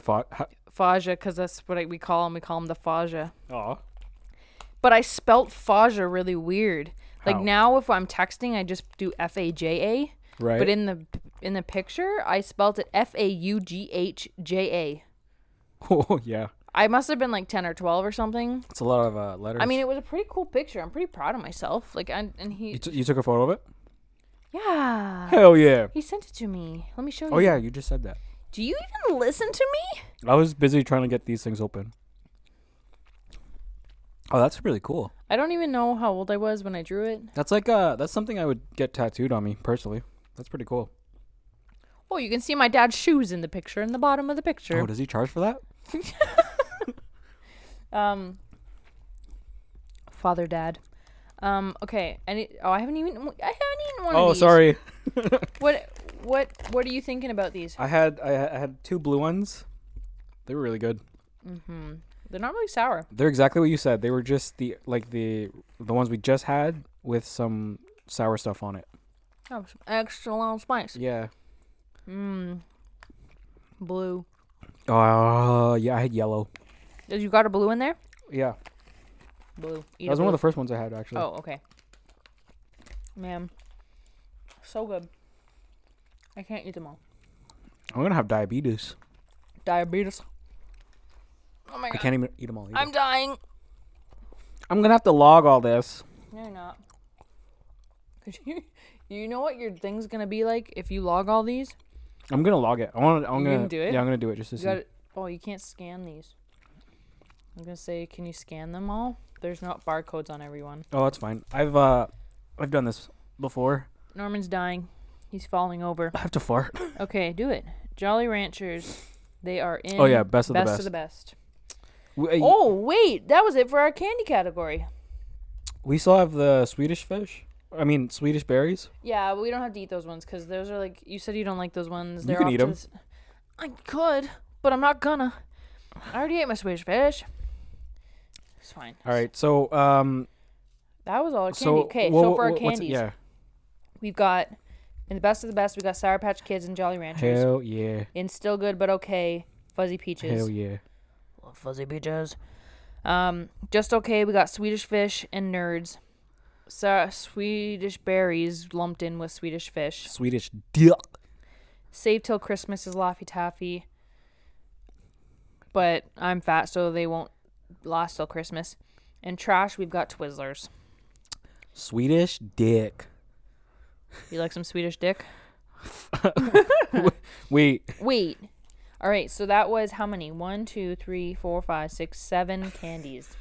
Speaker 1: Fought. Ha-
Speaker 2: Faja, because that's what I, we call him. We call him the Faja.
Speaker 1: aw.
Speaker 2: But I spelt Faja really weird. Like
Speaker 1: How?
Speaker 2: now, if I'm texting, I just do F A J A.
Speaker 1: Right.
Speaker 2: But in the in the picture, I spelt it F A U G H J
Speaker 1: oh, yeah.
Speaker 2: A. I must have been like ten or twelve or something.
Speaker 1: It's a lot of uh, letters.
Speaker 2: I mean, it was a pretty cool picture. I'm pretty proud of myself. Like, and, and
Speaker 1: you,
Speaker 2: he,
Speaker 1: t- you took a photo of it?
Speaker 2: yeah,
Speaker 1: Hell yeah.
Speaker 2: he sent it to me. Let me show you.
Speaker 1: Oh, yeah. You just said that.
Speaker 2: Do you even listen to me?
Speaker 1: I was busy trying to get these things open. Oh, that's really cool.
Speaker 2: I don't even know how old I was when I drew it.
Speaker 1: That's like uh, that's something I would get tattooed on me personally. That's pretty cool.
Speaker 2: Oh, you can see my dad's shoes in the picture in the bottom of the picture.
Speaker 1: Oh, does he charge for that?
Speaker 2: Um, father, dad. Um, okay. Any? Oh, I haven't even. I haven't eaten one of
Speaker 1: Oh,
Speaker 2: these.
Speaker 1: sorry.
Speaker 2: What? What? What are you thinking about these?
Speaker 1: I had I ha- I had two blue ones. They were really good.
Speaker 2: Mm-hmm. They're not really sour.
Speaker 1: They're exactly what you said. They were just the like the the ones we just had with some sour stuff on it.
Speaker 2: Oh, some extra long spice. Mm.
Speaker 1: Yeah.
Speaker 2: Blue.
Speaker 1: Uh yeah, I had yellow.
Speaker 2: Did you got a blue in there?
Speaker 1: Yeah.
Speaker 2: Blue. Eat
Speaker 1: That was one of the first ones I had actually.
Speaker 2: Oh, okay. Man, so good. I can't eat them all.
Speaker 1: I'm going to have diabetes.
Speaker 2: Diabetes. Oh my
Speaker 1: I
Speaker 2: god,
Speaker 1: can't even eat them all. Either.
Speaker 2: I'm
Speaker 1: I'm,
Speaker 2: dying.
Speaker 1: going to have to log all this.
Speaker 2: No, you're not. Cause you, you know what your thing's gonna be like if you log all these.
Speaker 1: I'm going to log it. I want to I'm
Speaker 2: You
Speaker 1: going
Speaker 2: gonna
Speaker 1: to
Speaker 2: do it?
Speaker 1: Yeah, I'm going to do it just to
Speaker 2: You
Speaker 1: see.
Speaker 2: got Oh, you can't scan these. I'm gonna say, can you scan them all? There's not barcodes on everyone.
Speaker 1: Oh, that's fine. I've uh I've done this before.
Speaker 2: Norman's dying. He's falling over.
Speaker 1: I have to fart.
Speaker 2: Okay, do it. Jolly Ranchers. They are in.
Speaker 1: Oh, yeah, best of the
Speaker 2: Best of the best.
Speaker 1: We, uh,
Speaker 2: Oh wait, that was it for our candy category.
Speaker 1: we still have the Swedish fish. I mean, Swedish berries.
Speaker 2: Yeah, but we don't have to eat those ones because those are like you said you don't like those ones.
Speaker 1: You
Speaker 2: They're
Speaker 1: can
Speaker 2: off
Speaker 1: eat
Speaker 2: to
Speaker 1: 'em.
Speaker 2: this- I could, but I'm not gonna. I already ate my Swedish fish. It's fine.
Speaker 1: All right. So, um
Speaker 2: That was all our candy.
Speaker 1: so
Speaker 2: okay,
Speaker 1: wha-
Speaker 2: so
Speaker 1: wha-
Speaker 2: for our
Speaker 1: what's-
Speaker 2: candies,
Speaker 1: Yeah.
Speaker 2: we've got in the best of the best, we got Sour Patch Kids and Jolly Ranchers.
Speaker 1: Hell yeah.
Speaker 2: In still good but okay, Fuzzy Peaches.
Speaker 1: Hell yeah.
Speaker 2: Love fuzzy beaches. Um, just okay. We got Swedish fish and nerds. So Swedish berries lumped in with Swedish fish.
Speaker 1: Swedish dill.
Speaker 2: Save till Christmas is Laffy Taffy. But I'm fat, so they won't last till Christmas. And trash, we've got Twizzlers.
Speaker 1: Swedish dick.
Speaker 2: You like some Swedish dick?
Speaker 1: Wait.
Speaker 2: Wait. All right. So that was how many? One, two, three, four, five, six, seven candies.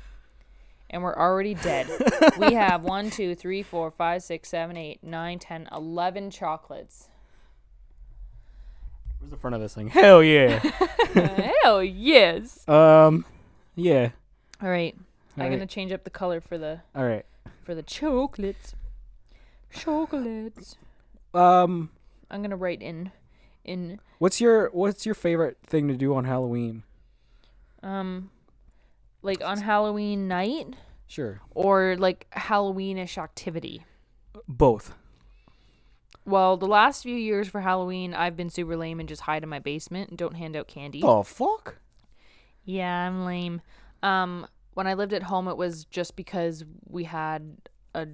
Speaker 2: And we're already dead. we have one, two, three, four, five, six, seven, eight, nine, ten, eleven chocolates.
Speaker 1: Where's the front of this thing? Hell yeah.
Speaker 2: Hell yes.
Speaker 1: um yeah.
Speaker 2: All right. I'm
Speaker 1: All
Speaker 2: gonna
Speaker 1: right.
Speaker 2: change up the color for the
Speaker 1: All right.
Speaker 2: for the chocolates. Chocolates.
Speaker 1: Um
Speaker 2: I'm gonna write in in
Speaker 1: what's your what's your favorite thing to do on Halloween?
Speaker 2: um like on Halloween night
Speaker 1: Sure.
Speaker 2: or like Halloweenish activity.
Speaker 1: Both.
Speaker 2: Well, the last few years for Halloween, I've been super lame and just hide in my basement and don't hand out candy.
Speaker 1: Oh fuck.
Speaker 2: Yeah, I'm lame. Um, when I lived at home, it was just because we had a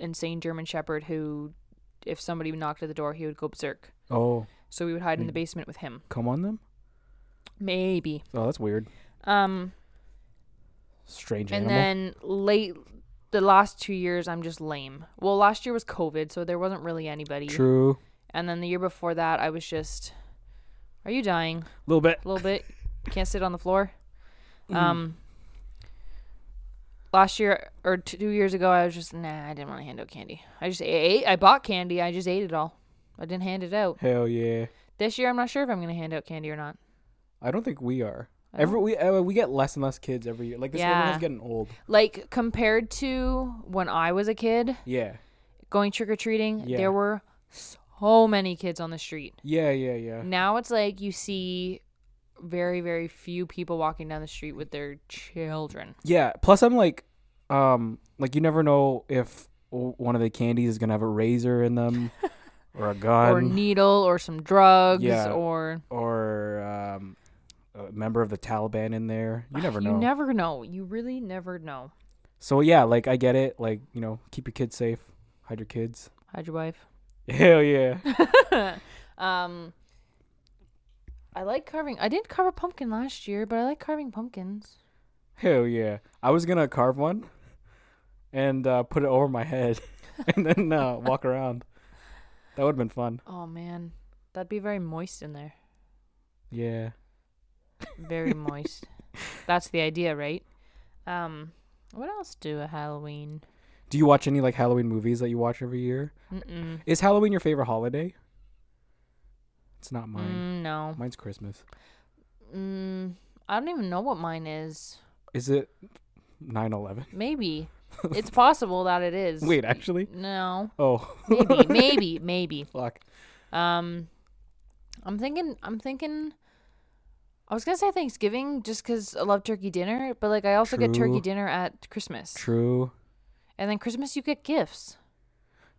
Speaker 2: insane German Shepherd who, if somebody knocked at the door, he would go berserk.
Speaker 1: Oh,
Speaker 2: So we would hide in the basement with him.
Speaker 1: come on them.
Speaker 2: Maybe.
Speaker 1: Oh, that's weird.
Speaker 2: Um,
Speaker 1: Strange
Speaker 2: And
Speaker 1: animal.
Speaker 2: then late the last two years, I'm just lame. Well, last year was COVID, so there wasn't really anybody.
Speaker 1: True.
Speaker 2: And then the year before that, I was just, are you dying?
Speaker 1: A little bit.
Speaker 2: A little bit. Can't sit on the floor.
Speaker 1: Mm.
Speaker 2: Um. Last year or t- two years ago, I was just nah. I didn't want to hand out candy. I just ate. I bought candy. I just ate it all. I didn't hand it out.
Speaker 1: Hell yeah.
Speaker 2: This year, I'm not sure if I'm gonna hand out candy or not.
Speaker 1: I don't think we are.
Speaker 2: I don't-
Speaker 1: Every we uh, we get less and less kids every year. Like this
Speaker 2: Yeah.
Speaker 1: everyone's getting old.
Speaker 2: Like compared to when I was a kid
Speaker 1: Yeah.
Speaker 2: going trick or treating,
Speaker 1: Yeah.
Speaker 2: there were so many kids on the street.
Speaker 1: Yeah. Yeah. Yeah.
Speaker 2: Now it's like you see very very few people walking down the street with their children.
Speaker 1: Yeah. Plus, I'm like, um, like you never know if o- one of the candies is gonna have a razor in them, or a
Speaker 2: or
Speaker 1: gun,
Speaker 2: needle or some drugs
Speaker 1: Yeah.
Speaker 2: or
Speaker 1: or, um, a member of the Taliban in there. You never know.
Speaker 2: Ah, you never know. You really never know.
Speaker 1: so yeah, like I get it. Like you know, keep your kids safe. Hide your kids.
Speaker 2: Hide your wife.
Speaker 1: Hell yeah.
Speaker 2: Um I like carving. I didn't carve a pumpkin last year, but I like carving pumpkins.
Speaker 1: Hell yeah. I was gonna carve one, and uh, put it over my head, and then uh, walk around. That would have been fun.
Speaker 2: Oh man, that'd be very moist in there.
Speaker 1: Yeah.
Speaker 2: Very moist. That's the idea, right? Um what else do a Halloween?
Speaker 1: Do you watch any like Halloween movies that you watch every year?
Speaker 2: Mm-mm.
Speaker 1: Is Halloween your favorite holiday? It's not mine.
Speaker 2: Mm, no.
Speaker 1: Mine's Christmas.
Speaker 2: Mm, I don't even know what mine is.
Speaker 1: Is it 9/11?
Speaker 2: Maybe. it's possible that it is.
Speaker 1: Wait, actually?
Speaker 2: No.
Speaker 1: Oh,
Speaker 2: Maybe, maybe, maybe.
Speaker 1: fuck.
Speaker 2: Um I'm thinking I'm thinking I was going to say Thanksgiving just cuz I love turkey dinner, but like I also get
Speaker 1: True.
Speaker 2: turkey dinner at Christmas.
Speaker 1: True.
Speaker 2: And then Christmas you get gifts.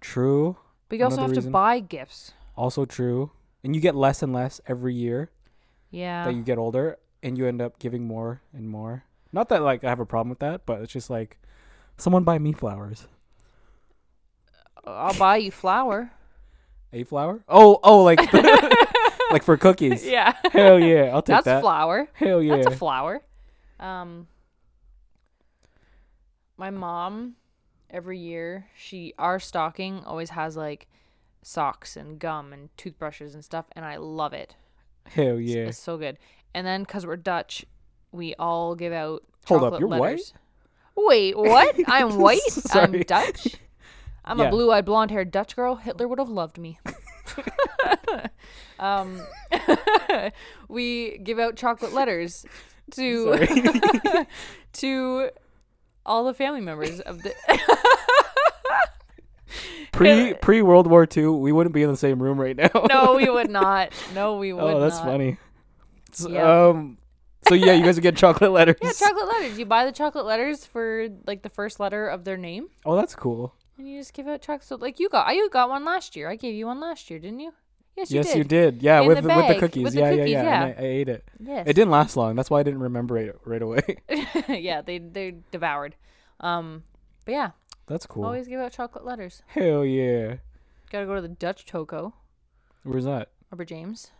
Speaker 1: True.
Speaker 2: But you also
Speaker 1: Another
Speaker 2: have
Speaker 1: reason.
Speaker 2: to buy gifts.
Speaker 1: Also true. And you get less and less every year
Speaker 2: Yeah.
Speaker 1: that you get older and you end up giving more and more. Not that like I have a problem with that, but it's just like someone buy me flowers.
Speaker 2: I'll buy you flour.
Speaker 1: A flower? Oh, oh like like for cookies.
Speaker 2: yeah.
Speaker 1: Hell yeah. I'll take
Speaker 2: That's
Speaker 1: that.
Speaker 2: flour.
Speaker 1: Hell yeah.
Speaker 2: That's a flower. Um, my mom, every year, she our stocking always has like socks and gum and toothbrushes and stuff, and I love it.
Speaker 1: Hell
Speaker 2: It's-
Speaker 1: yeah.
Speaker 2: It's so good. And then because we're Dutch, we all give out.
Speaker 1: Hold up,
Speaker 2: chocolate
Speaker 1: you're white?
Speaker 2: letters. Wait, what? I'm white. I'm
Speaker 1: Sorry.
Speaker 2: Dutch. I'm
Speaker 1: Yeah.
Speaker 2: a blue-eyed, blonde-haired Dutch girl. Hitler would have loved me. um, we give out chocolate letters to to all the family members of the
Speaker 1: pre pre World War II, we wouldn't be in the same room right now.
Speaker 2: no we would not no we would
Speaker 1: oh, that's
Speaker 2: not.
Speaker 1: funny. S-
Speaker 2: Yeah.
Speaker 1: Um, so yeah, you guys would get chocolate letters.
Speaker 2: yeah chocolate letters you buy the chocolate letters for like the first letter of their name
Speaker 1: oh, that's cool.
Speaker 2: and you just give out chocolate so, like you got you got one last year i gave you one last year didn't you yes you
Speaker 1: yes,
Speaker 2: did
Speaker 1: you did. Yeah,
Speaker 2: In
Speaker 1: with
Speaker 2: the
Speaker 1: the, with the
Speaker 2: bag,
Speaker 1: cookies.
Speaker 2: with the
Speaker 1: yeah,
Speaker 2: cookies,
Speaker 1: yeah,
Speaker 2: yeah.
Speaker 1: yeah, And I, I ate it.
Speaker 2: yes
Speaker 1: It didn't last long. That's why I didn't remember it right away.
Speaker 2: yeah they they devoured um but yeah
Speaker 1: that's cool.
Speaker 2: always give out chocolate letters
Speaker 1: Hell yeah.
Speaker 2: gotta go to the dutch toko
Speaker 1: Where's that?
Speaker 2: Robert James.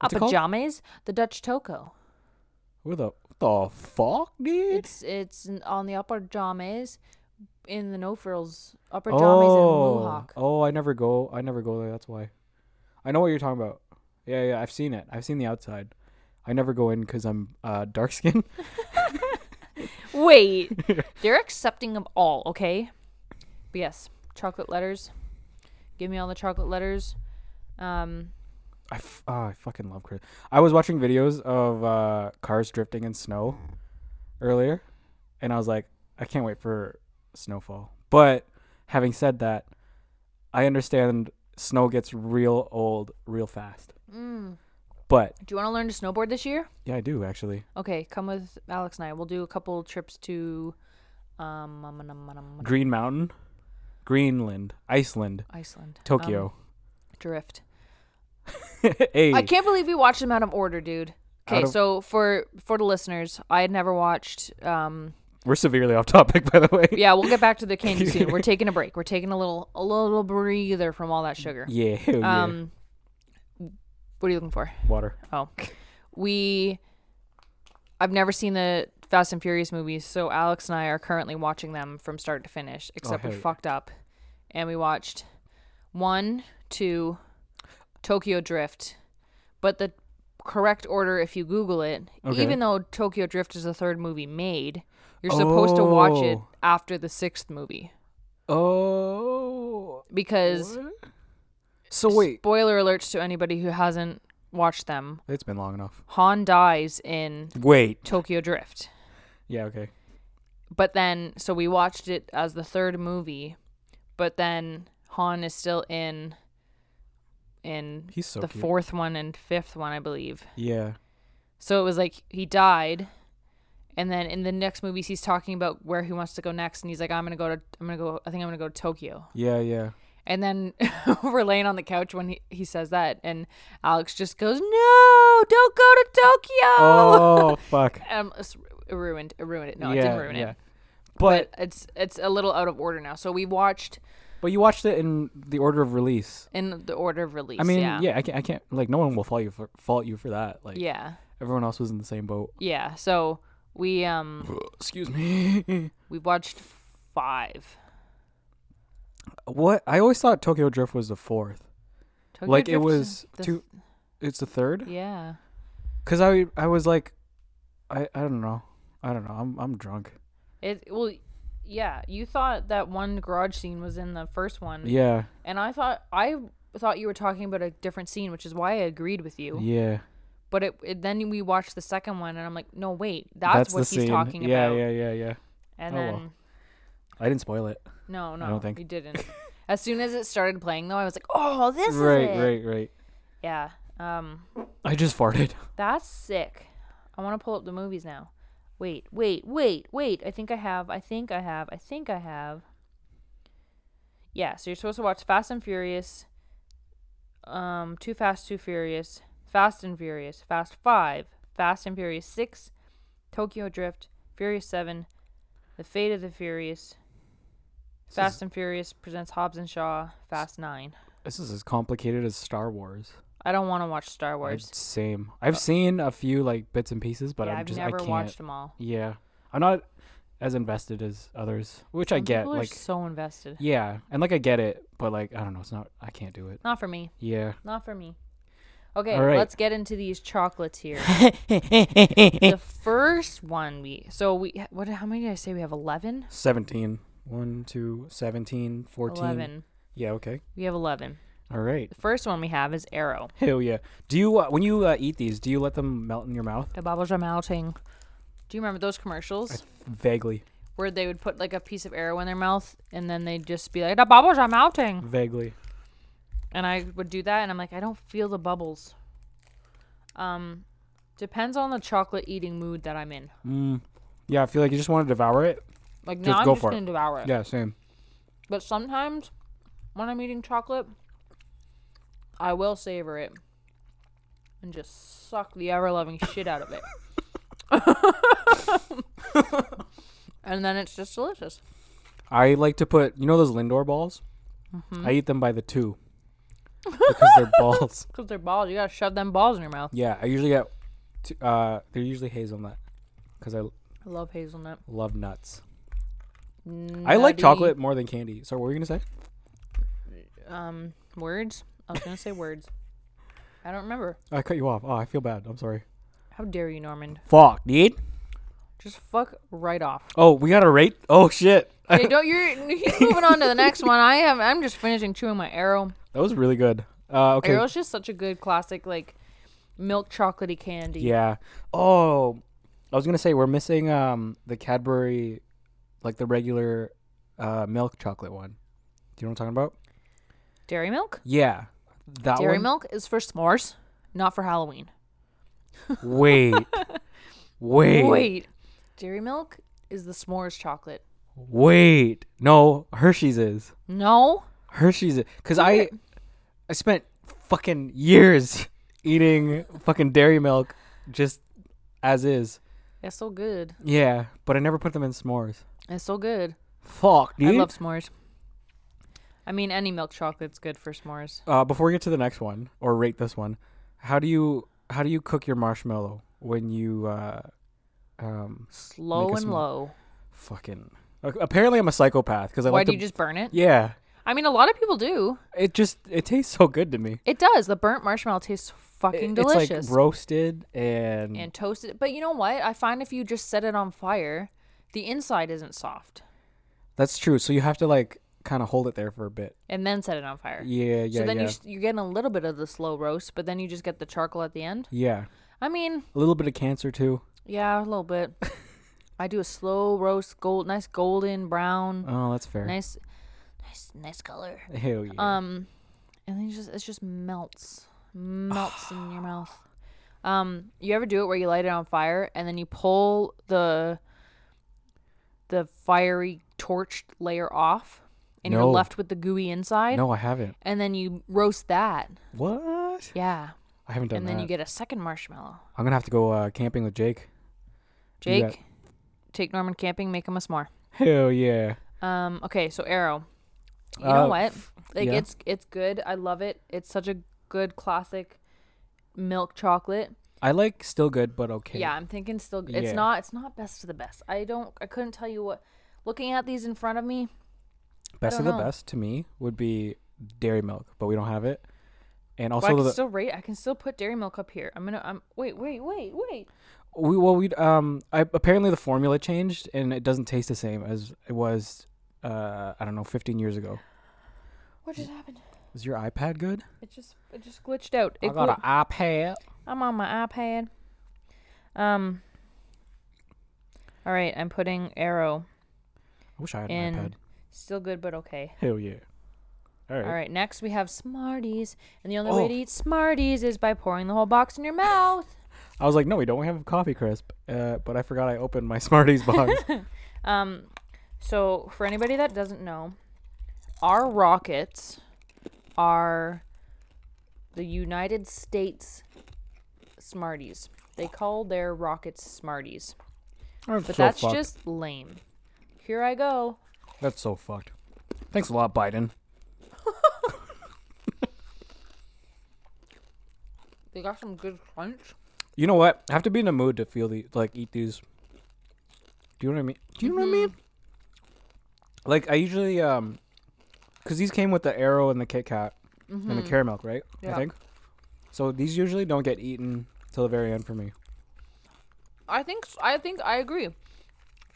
Speaker 1: What's it
Speaker 2: Upper
Speaker 1: called?
Speaker 2: James, the Dutch Toko.
Speaker 1: Where the what the fuck, dude?
Speaker 2: It's it's n- on the Upper James, in the No Frills Upper James and
Speaker 1: oh,
Speaker 2: Mohawk.
Speaker 1: oh, I never go. I never go there. That's why. I know what you're talking about. Yeah, yeah. I've seen it. I've seen the outside. I never go in because I'm uh, dark skinned
Speaker 2: Wait, they're accepting of all. Okay, but yes, chocolate letters. Give me all the chocolate letters. Um,
Speaker 1: I, f- oh, I fucking love Chris. I was watching videos of uh, cars drifting in snow earlier, and I was like, I can't wait for snowfall. But having said that, I understand snow gets real old real fast.
Speaker 2: mm,
Speaker 1: But
Speaker 2: do you want to learn to snowboard this year?
Speaker 1: yeah, I do actually.
Speaker 2: Okay, come with Alex and I. We'll do a couple trips to, um, um, um, um, um,
Speaker 1: Green Mountain, Greenland, Iceland,
Speaker 2: Iceland, Um,
Speaker 1: Tokyo.
Speaker 2: drift.
Speaker 1: hey,
Speaker 2: I can't believe we watched them out of order, dude. Okay,
Speaker 1: Out of-
Speaker 2: so for for the listeners, I had never watched. Um,
Speaker 1: we're severely off topic, by the way.
Speaker 2: yeah, we'll get back to the candy soon. We're taking a break. We're taking a little a little breather from all that sugar.
Speaker 1: Yeah, hell yeah.
Speaker 2: Um, what are you looking for?
Speaker 1: water.
Speaker 2: Oh, we. I've never seen the Fast and Furious movies, so Alex and I are currently watching them from start to finish, except we
Speaker 1: hell yeah.
Speaker 2: fucked up. And we watched one, two, Tokyo Drift. But the correct order, if you Google it,
Speaker 1: Okay.
Speaker 2: even though Tokyo Drift is the third movie made, you're supposed to watch it
Speaker 1: Oh.
Speaker 2: after the sixth movie.
Speaker 1: Oh.
Speaker 2: Because
Speaker 1: So Oh, wait,
Speaker 2: spoiler alerts to anybody who hasn't watched them,
Speaker 1: it's been long enough.
Speaker 2: Han dies in
Speaker 1: Wait.
Speaker 2: Tokyo Drift.
Speaker 1: Yeah. Okay.
Speaker 2: but then so we watched it as the third movie but then han is still in in
Speaker 1: He's so
Speaker 2: the
Speaker 1: cute.
Speaker 2: fourth one and fifth one i believe
Speaker 1: Yeah.
Speaker 2: so it was like he died and then in the next movies he's talking about where he wants to go next and he's like i'm gonna go to i'm gonna go i think i'm gonna go to tokyo
Speaker 1: Yeah. Yeah.
Speaker 2: and then we're laying on the couch when he, he says that and alex just goes no don't go to tokyo
Speaker 1: Oh fuck.
Speaker 2: um, it's it ruined it ruined it no
Speaker 1: yeah.
Speaker 2: it didn't ruin
Speaker 1: yeah.
Speaker 2: it
Speaker 1: But
Speaker 2: but it's it's a little out of order now. So we watched
Speaker 1: But you watched it in the order of release.
Speaker 2: in the order of release.
Speaker 1: I mean,
Speaker 2: yeah.
Speaker 1: yeah, I can't, I can't, like, no one will fault you for fault you for that. Like,
Speaker 2: yeah,
Speaker 1: everyone else was in the same boat.
Speaker 2: yeah. So we um
Speaker 1: Excuse me.
Speaker 2: we watched five.
Speaker 1: What? I always thought Tokyo Drift was the fourth.
Speaker 2: Tokyo
Speaker 1: like, it
Speaker 2: Drift's
Speaker 1: was
Speaker 2: the
Speaker 1: two. It's the third.
Speaker 2: Yeah,
Speaker 1: Cause I, I was like, I, I don't know, I don't know. I'm, I'm drunk.
Speaker 2: it well, yeah. You thought that one garage scene was in the first one,
Speaker 1: Yeah,
Speaker 2: and I thought I thought you were talking about a different scene, which is why I agreed with you.
Speaker 1: yeah.
Speaker 2: But it, it then we watched the second one, and I'm like, no, wait, that's,
Speaker 1: the
Speaker 2: what he's
Speaker 1: scene.
Speaker 2: talking
Speaker 1: yeah,
Speaker 2: about.
Speaker 1: Yeah, yeah, yeah.
Speaker 2: And
Speaker 1: Oh,
Speaker 2: then.
Speaker 1: well. I didn't spoil it.
Speaker 2: No, no,
Speaker 1: don't think.
Speaker 2: you didn't. as soon as it started playing, though, I was like, "Oh, this
Speaker 1: right,
Speaker 2: is it."
Speaker 1: right, right.
Speaker 2: Yeah. Um,
Speaker 1: I just farted.
Speaker 2: that's sick. I want to pull up the movies now. Wait, wait, wait, wait. I think I have. I think I have. I think I have. Yeah. So you're supposed to watch Fast and Furious, um, Too Fast, Too Furious, Fast and Furious, Fast Five, Fast and Furious Six, Tokyo Drift, Furious Seven, The Fate of the Furious.
Speaker 1: This
Speaker 2: Fast and Furious presents Hobbs and Shaw, Fast Nine.
Speaker 1: This is as complicated as Star Wars.
Speaker 2: I don't want to watch Star
Speaker 1: I-
Speaker 2: Wars.
Speaker 1: same. I've seen a few like bits and pieces, but
Speaker 2: Uh, yeah,
Speaker 1: I'm
Speaker 2: I've
Speaker 1: just I
Speaker 2: never
Speaker 1: can't.
Speaker 2: watched them all.
Speaker 1: Yeah, I'm not as invested as others, which I
Speaker 2: Some
Speaker 1: get.
Speaker 2: people are
Speaker 1: Like,
Speaker 2: so invested.
Speaker 1: yeah, and like I get it, but like I don't know, it's not. I can't do it.
Speaker 2: Not for me.
Speaker 1: Yeah.
Speaker 2: Not for me. Okay,
Speaker 1: All right.
Speaker 2: let's get into these chocolates here. the first one we so we what how many did I say we have 11?
Speaker 1: 17. 1, 2, 17, 14.
Speaker 2: 11.
Speaker 1: Yeah, okay.
Speaker 2: We have 11.
Speaker 1: All right.
Speaker 2: The first one we have is Arrow.
Speaker 1: Hell yeah. Do you, uh, when you uh, eat these, do you let them melt in your mouth?
Speaker 2: The bubbles are melting. Do you remember those commercials
Speaker 1: Vaguely.
Speaker 2: where they would put like a piece of arrow in their mouth and then they'd just be like the bubbles are melting?
Speaker 1: Vaguely.
Speaker 2: and I would do that, and I'm like, I don't feel the bubbles. Um, depends on the chocolate eating mood that I'm in.
Speaker 1: Mm. Yeah, I feel like you just want to devour it.
Speaker 2: Like,
Speaker 1: Just
Speaker 2: now I'm
Speaker 1: go
Speaker 2: just
Speaker 1: for it.
Speaker 2: gonna devour it.
Speaker 1: Yeah, same.
Speaker 2: But sometimes, when I'm eating chocolate, I will savor it and just suck the ever-loving shit out of it. and then it's just delicious.
Speaker 1: I like to put, you know those Lindor balls? I eat them by the two because they're balls.
Speaker 2: Cause they're balls, you gotta shove them balls in your mouth.
Speaker 1: Yeah, I usually get. T- uh, they're usually hazelnut because I l-
Speaker 2: I love hazelnut.
Speaker 1: love nuts. I like
Speaker 2: Nutty,
Speaker 1: chocolate more than candy. So what were you gonna say?
Speaker 2: Um, words. I was gonna say words. I don't remember.
Speaker 1: I cut you off. Oh, I feel bad. I'm sorry.
Speaker 2: How dare you, Norman?
Speaker 1: Fuck, dude.
Speaker 2: Just fuck right off.
Speaker 1: Oh, we gotta rate. Oh shit,
Speaker 2: Hey, don't you're he's moving on to the next one. I have I'm just finishing chewing my arrow.
Speaker 1: that was really good. Uh, okay.
Speaker 2: Arrow's just such a good classic like milk chocolatey candy.
Speaker 1: Yeah. Oh, I was gonna say we're missing um the Cadbury, like the regular, uh milk chocolate one. Do you know what I'm talking about?
Speaker 2: Dairy milk?
Speaker 1: Yeah. That
Speaker 2: Dairy
Speaker 1: one.
Speaker 2: milk is for s'mores, not for Halloween.
Speaker 1: Wait. Wait.
Speaker 2: Wait. Dairy milk is the s'mores chocolate.
Speaker 1: Wait. No, Hershey's is.
Speaker 2: No.
Speaker 1: Hershey's because I I spent fucking years eating fucking dairy milk just as is.
Speaker 2: It's so good.
Speaker 1: Yeah, but I never put them in s'mores.
Speaker 2: It's so good.
Speaker 1: Fuck, dude.
Speaker 2: I love s'mores. I mean any milk chocolate's good for s'mores.
Speaker 1: uh, before we get to the next one or rate this one, how do you how do you cook your marshmallow when you uh, Um,
Speaker 2: Slow
Speaker 1: Make us
Speaker 2: and
Speaker 1: mo-
Speaker 2: low.
Speaker 1: fucking. a- Apparently, I'm a psychopath because I
Speaker 2: Why
Speaker 1: like.
Speaker 2: do
Speaker 1: to-
Speaker 2: you just burn it?
Speaker 1: Yeah,
Speaker 2: I mean, a lot of people do.
Speaker 1: it just it tastes so good to me.
Speaker 2: It does. The burnt marshmallow tastes
Speaker 1: It-
Speaker 2: fucking
Speaker 1: it's
Speaker 2: delicious.
Speaker 1: like roasted and,
Speaker 2: and toasted. But you know what? I find if you just set it on fire, the inside isn't soft,
Speaker 1: that's true. So you have to like kind of hold it there for a bit.
Speaker 2: and then set it on fire.
Speaker 1: Yeah, yeah,
Speaker 2: so then
Speaker 1: yeah.
Speaker 2: you s- you're getting a little bit of the slow roast, but then you just get the charcoal at the end.
Speaker 1: yeah,
Speaker 2: I mean,
Speaker 1: a little bit of cancer too.
Speaker 2: yeah, a little bit. I do a slow roast, gold, nice golden brown,
Speaker 1: Oh, that's fair.
Speaker 2: nice, nice, nice color.
Speaker 1: Hell yeah.
Speaker 2: Um, and then you just it just melts, melts in your mouth. Um, you ever do it where you light it on fire and then you pull the the fiery torch layer off, and you're
Speaker 1: No.
Speaker 2: left with the gooey inside,
Speaker 1: no, I haven't.
Speaker 2: and then you roast that.
Speaker 1: What?
Speaker 2: Yeah,
Speaker 1: I haven't done
Speaker 2: and
Speaker 1: that.
Speaker 2: then you get a second marshmallow.
Speaker 1: I'm gonna have to go uh, camping with Jake. You got-
Speaker 2: Jake, take Norman camping, make him a s'more.
Speaker 1: Hell yeah.
Speaker 2: Um, okay, so arrow. You know
Speaker 1: Uh,
Speaker 2: what? Like
Speaker 1: yeah.
Speaker 2: it's it's good. I love it. It's such a good classic milk chocolate.
Speaker 1: I like still good, but okay.
Speaker 2: Yeah, I'm thinking still. g- It's
Speaker 1: Yeah.
Speaker 2: not. It's not best of the best. I don't. I couldn't tell you what. Looking at these in front of me,
Speaker 1: Best of
Speaker 2: don't
Speaker 1: the
Speaker 2: know.
Speaker 1: best to me would be dairy milk, but we don't have it. And also
Speaker 2: well, I can
Speaker 1: the
Speaker 2: still rate. I can still put dairy milk up here. I'm gonna. I'm. Wait. Wait. Wait. Wait.
Speaker 1: we well we um I, apparently the formula changed and it doesn't taste the same as it was uh I don't know 15 years ago.
Speaker 2: What just happened?
Speaker 1: Is your iPad good?
Speaker 2: It just. It just glitched out. It gl-
Speaker 1: iPad.
Speaker 2: I'm on my iPad. Um. All right. I'm putting arrow.
Speaker 1: I wish I had an
Speaker 2: And-
Speaker 1: iPad.
Speaker 2: Still good, but okay.
Speaker 1: Hell yeah. All right.
Speaker 2: All right, next we have Smarties, and the only
Speaker 1: Oh.
Speaker 2: way to eat Smarties is by pouring the whole box in your mouth.
Speaker 1: I was like, no, we don't have coffee crisp, uh, but I forgot I opened my Smarties box.
Speaker 2: Um, so for anybody that doesn't know, our rockets are the United States Smarties. They call their rockets Smarties,
Speaker 1: That's
Speaker 2: but
Speaker 1: so
Speaker 2: that's
Speaker 1: fucked.
Speaker 2: just lame. Here I go.
Speaker 1: that's so fucked. Thanks a lot, Biden.
Speaker 2: They got some good crunch.
Speaker 1: You know what? I have to be in a mood to feel the like eat these. Do you know what I mean? Do you know what I mean?
Speaker 2: Mm-hmm.
Speaker 1: Like I usually um, because these came with the arrow and the Kit Kat and the caramel, right? I
Speaker 2: Mm-hmm. Yeah.
Speaker 1: think. So these usually don't get eaten till the very end for me.
Speaker 2: I think s- I think I agree.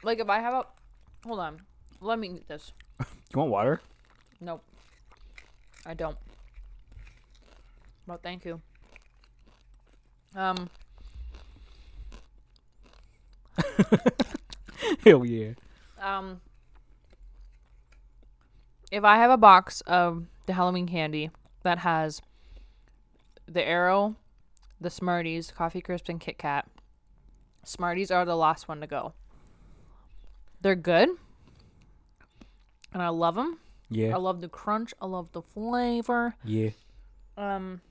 Speaker 2: Like if I have a, hold on, let me eat this.
Speaker 1: You want water?
Speaker 2: Nope. I don't. Well, thank you. Um,
Speaker 1: Hell yeah!
Speaker 2: um, if I have a box of the Halloween candy that has the Arrow, the Smarties, Coffee Crisp, and Kit Kat, Smarties are the last one to go. They're good, and I love them. I
Speaker 1: Yeah,
Speaker 2: love the crunch. I love the flavor.
Speaker 1: yeah,
Speaker 2: Um,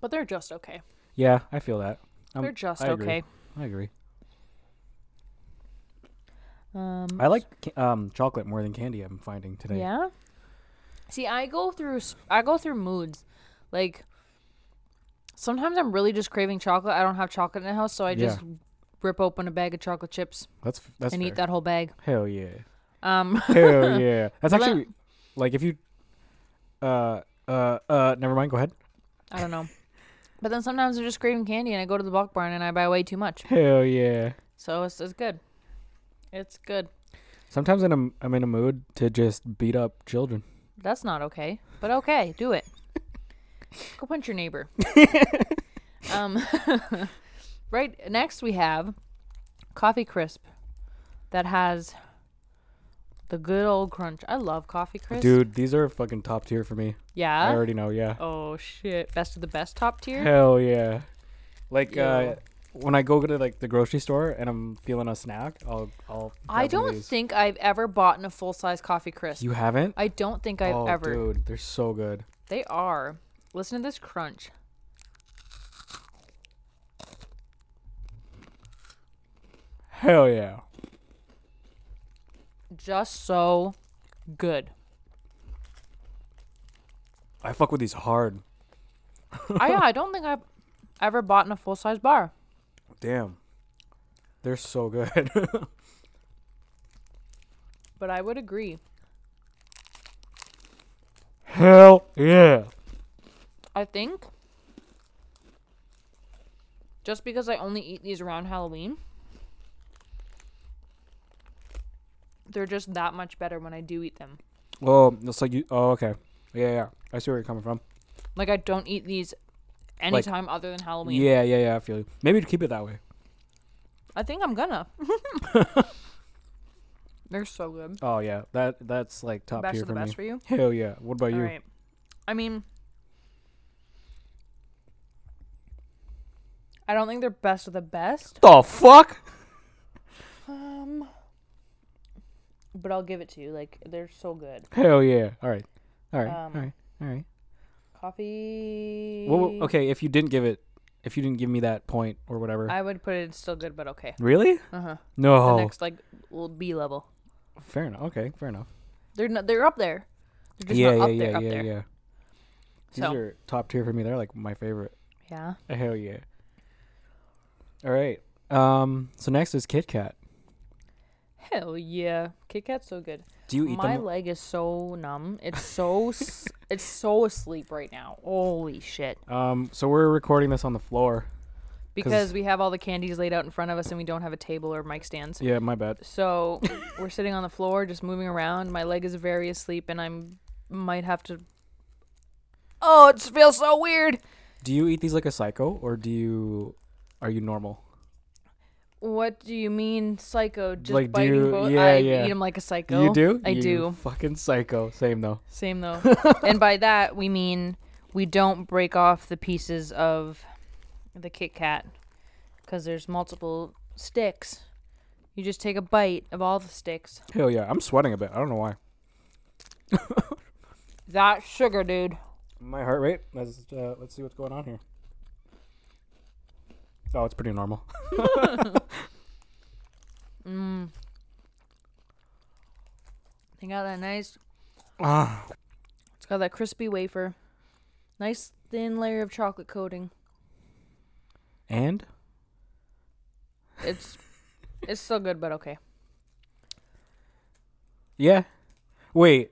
Speaker 2: but they're just okay.
Speaker 1: yeah. I feel that. Um,
Speaker 2: They're just
Speaker 1: I agree.
Speaker 2: okay.
Speaker 1: I agree.
Speaker 2: Um,
Speaker 1: I like ca- um chocolate more than candy. I'm finding today.
Speaker 2: yeah. See, I go through s- I go through moods. Like sometimes I'm really just craving chocolate. I don't have chocolate in the house, so I
Speaker 1: Yeah.
Speaker 2: just rip open a bag of chocolate chips
Speaker 1: that's f- that's
Speaker 2: and
Speaker 1: fair.
Speaker 2: eat that whole bag. Hell
Speaker 1: yeah.
Speaker 2: Um,
Speaker 1: Hell yeah. That's
Speaker 2: Well,
Speaker 1: actually like if you uh uh uh never mind, go ahead.
Speaker 2: I don't know. But then sometimes I'm just craving candy, and I go to the bulk barn and I buy way too much.
Speaker 1: Hell yeah.
Speaker 2: So it's, it's good. It's good.
Speaker 1: Sometimes in a, I'm in a mood to just beat up children.
Speaker 2: That's not okay. But okay, do it. Go punch your neighbor. um, right next we have Coffee Crisp that has the good old crunch. I love Coffee Crisp.
Speaker 1: Dude, these are fucking top tier for me. I
Speaker 2: Yeah.
Speaker 1: already know, yeah.
Speaker 2: Oh shit. Best of the best top tier.
Speaker 1: Hell yeah. Like uh
Speaker 2: Ew.
Speaker 1: when I go to like the grocery store and I'm feeling a snack, I'll I'll
Speaker 2: I
Speaker 1: grab one of
Speaker 2: don't
Speaker 1: these.
Speaker 2: think I've ever bought in a full size Coffee Crisp.
Speaker 1: you haven't?
Speaker 2: I don't think I've
Speaker 1: oh,
Speaker 2: ever.
Speaker 1: dude, they're so good.
Speaker 2: They are. Listen to this crunch.
Speaker 1: Hell yeah.
Speaker 2: Just so good.
Speaker 1: I fuck with these hard.
Speaker 2: I, I don't think I've ever bought in a full size bar.
Speaker 1: Damn. They're so good.
Speaker 2: But I would agree.
Speaker 1: Hell yeah.
Speaker 2: I think just because I only eat these around Halloween, they're just that much better when I do eat them.
Speaker 1: Oh, it's like you. Oh, okay. Yeah, yeah. I see where you're coming from.
Speaker 2: Like I don't eat these anytime other than Halloween.
Speaker 1: Yeah, yeah, yeah. I feel you. Maybe to keep it that way.
Speaker 2: I think I'm gonna. they're so good.
Speaker 1: Oh yeah, that that's like top
Speaker 2: best
Speaker 1: tier
Speaker 2: of the
Speaker 1: for
Speaker 2: best
Speaker 1: me.
Speaker 2: for you.
Speaker 1: Hell yeah. What about you?
Speaker 2: All right. I mean, I don't think they're best of the best.
Speaker 1: The fuck?
Speaker 2: Um, but I'll give it to you. Like they're so good.
Speaker 1: Hell yeah. All right. All right.
Speaker 2: Um,
Speaker 1: all right. All right.
Speaker 2: Coffee.
Speaker 1: Well, okay. If you didn't give it, if you didn't give me that point or whatever.
Speaker 2: I would put it in still good, but okay.
Speaker 1: really?
Speaker 2: Uh huh.
Speaker 1: No.
Speaker 2: The next like l- B level.
Speaker 1: Fair enough. Okay. Fair enough.
Speaker 2: They're not. They're up there. They're just
Speaker 1: yeah,
Speaker 2: not
Speaker 1: yeah,
Speaker 2: up
Speaker 1: yeah,
Speaker 2: there. Up
Speaker 1: yeah,
Speaker 2: there.
Speaker 1: yeah. These
Speaker 2: So-
Speaker 1: are top tier for me. They're like my favorite.
Speaker 2: Yeah.
Speaker 1: Hell yeah. All right. Um. So next is Kit Kat.
Speaker 2: Hell yeah. Kit Kat's so good.
Speaker 1: Do you eat
Speaker 2: My
Speaker 1: them?
Speaker 2: leg is so numb. It's so. s- it's so asleep right now. Holy shit.
Speaker 1: Um. So we're recording this on the floor.
Speaker 2: Because we have all the candies laid out in front of us and we don't have a table or mic stands.
Speaker 1: Yeah. My bad.
Speaker 2: So we're sitting on the floor, just moving around. My leg is very asleep, and I'm might have to. Oh, it feels so weird.
Speaker 1: Do you eat these like a psycho, or do you? Are you normal?
Speaker 2: What do you mean, psycho? Just
Speaker 1: Like, do
Speaker 2: biting
Speaker 1: you-
Speaker 2: both?
Speaker 1: yeah,
Speaker 2: I
Speaker 1: yeah.
Speaker 2: eat 'em like a psycho.
Speaker 1: You do?
Speaker 2: I
Speaker 1: You
Speaker 2: do.
Speaker 1: Fucking psycho. Same though.
Speaker 2: Same though. and by that we mean we don't break off the pieces of the Kit Kat because there's multiple sticks. You just take a bite of all the sticks.
Speaker 1: Hell yeah. I'm sweating a bit. I don't know why.
Speaker 2: That sugar, dude.
Speaker 1: My heart rate. Let's uh, let's see what's going on here. Oh, it's pretty normal.
Speaker 2: Mm. They got that nice
Speaker 1: Ah,
Speaker 2: It's got that crispy wafer. Nice thin layer of chocolate coating.
Speaker 1: and
Speaker 2: It's it's still good, but okay.
Speaker 1: yeah, wait,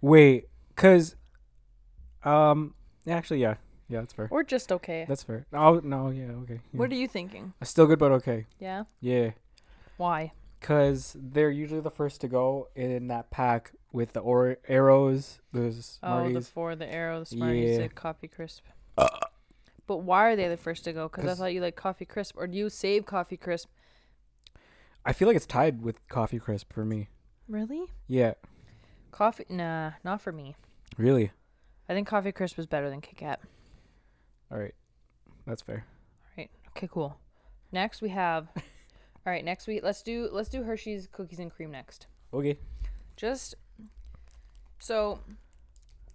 Speaker 1: wait, cause um, actually, yeah, yeah, that's fair.
Speaker 2: Or just okay.
Speaker 1: That's fair. Oh no, yeah, okay. yeah.
Speaker 2: What are you thinking?
Speaker 1: Still good, but okay.
Speaker 2: Yeah.
Speaker 1: Yeah,
Speaker 2: Why?
Speaker 1: cause they're usually the first to go in that pack with the or- arrows, those
Speaker 2: Oh, the
Speaker 1: Smarties.
Speaker 2: four, the arrow, the Smarties,
Speaker 1: Yeah.
Speaker 2: the coffee crisp.
Speaker 1: Uh.
Speaker 2: but why are they the first to go? Because I
Speaker 1: 'Cause-
Speaker 2: thought you like coffee crisp, or do you save coffee crisp?
Speaker 1: I feel like it's tied with Coffee Crisp for me.
Speaker 2: Really?
Speaker 1: Yeah,
Speaker 2: Coffee? Nah, not for me.
Speaker 1: really.
Speaker 2: I think coffee crisp is better than Kit Kat.
Speaker 1: All right, that's fair.
Speaker 2: Okay, cool. Next we have. All right, next we let's do let's do Hershey's cookies and cream next.
Speaker 1: Okay.
Speaker 2: just so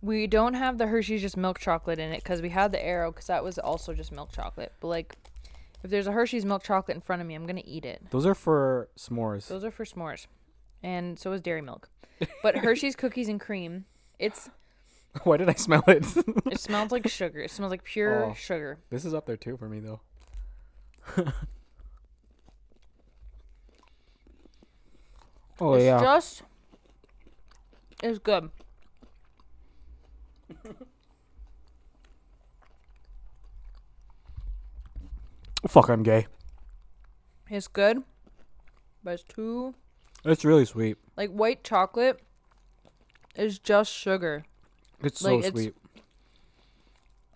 Speaker 2: we don't have the Hershey's just milk chocolate in it because we had the Arrow because that was also just milk chocolate. But like, if there's a Hershey's milk chocolate in front of me, I'm gonna eat it.
Speaker 1: Those are for s'mores.
Speaker 2: Those are for s'mores, and so is Dairy Milk. But Hershey's cookies and cream, it's
Speaker 1: Why did I smell it?
Speaker 2: it smells like sugar. It smells like pure
Speaker 1: Oh.
Speaker 2: sugar.
Speaker 1: this is up there too for me though. oh
Speaker 2: it's
Speaker 1: yeah.
Speaker 2: just it's good.
Speaker 1: Fuck, I'm gay.
Speaker 2: It's good, but it's too
Speaker 1: It's really sweet.
Speaker 2: like white chocolate is just sugar.
Speaker 1: It's
Speaker 2: Like,
Speaker 1: so
Speaker 2: it's-
Speaker 1: sweet.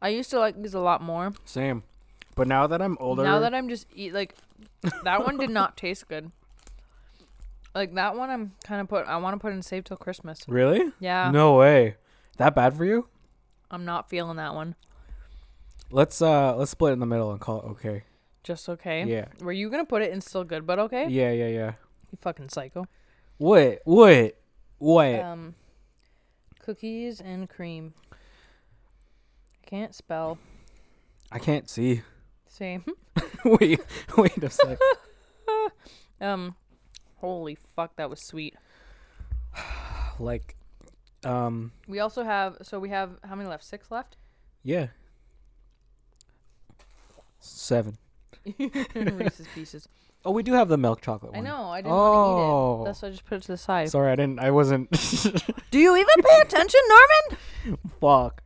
Speaker 2: I used to like these a lot more.
Speaker 1: Same. But now that I'm older,
Speaker 2: Now that I'm just eat like that one did not taste good. Like that one, I'm kind of put. I want to put in save till Christmas.
Speaker 1: really?
Speaker 2: Yeah,
Speaker 1: no way. That bad for you?
Speaker 2: I'm not feeling that one.
Speaker 1: Let's uh let's split it in the middle and call it okay.
Speaker 2: Just okay.
Speaker 1: Yeah.
Speaker 2: Were you gonna put it in still good but okay?
Speaker 1: Yeah, yeah, yeah.
Speaker 2: You fucking psycho.
Speaker 1: What? What? What?
Speaker 2: Um, cookies and cream. I can't spell.
Speaker 1: I can't see.
Speaker 2: Same.
Speaker 1: wait, wait a sec.
Speaker 2: Um, holy fuck, that was sweet.
Speaker 1: like, um,
Speaker 2: We also have. So we have how many left? Six left.
Speaker 1: yeah. Seven.
Speaker 2: Reese's Pieces.
Speaker 1: Oh, we do have the milk chocolate
Speaker 2: I
Speaker 1: one.
Speaker 2: know. I didn't want to eat
Speaker 1: Oh.
Speaker 2: it. That's why I just put it to the side.
Speaker 1: Sorry, I didn't. I wasn't.
Speaker 2: Do you even pay attention, Norman?
Speaker 1: Fuck.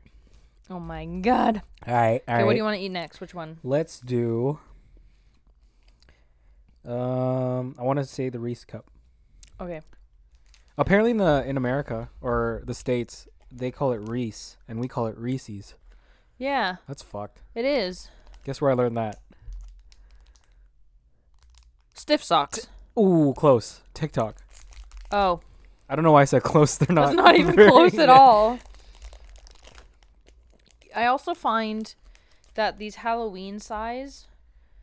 Speaker 2: Oh my god.
Speaker 1: All right. All
Speaker 2: Okay,
Speaker 1: right.
Speaker 2: what do you want to eat next? Which one?
Speaker 1: Let's do. Um, I want to say the Reese cup.
Speaker 2: Okay.
Speaker 1: Apparently, in the in America or the states, they call it Reese, and we call it Reese's.
Speaker 2: Yeah,
Speaker 1: That's fucked.
Speaker 2: it is.
Speaker 1: Guess where I learned that?
Speaker 2: Stiff socks.
Speaker 1: Ooh, close. TikTok.
Speaker 2: Oh,
Speaker 1: I don't know why I said close. They're not.
Speaker 2: that's not even
Speaker 1: very-
Speaker 2: close at all. I also find that these Halloween size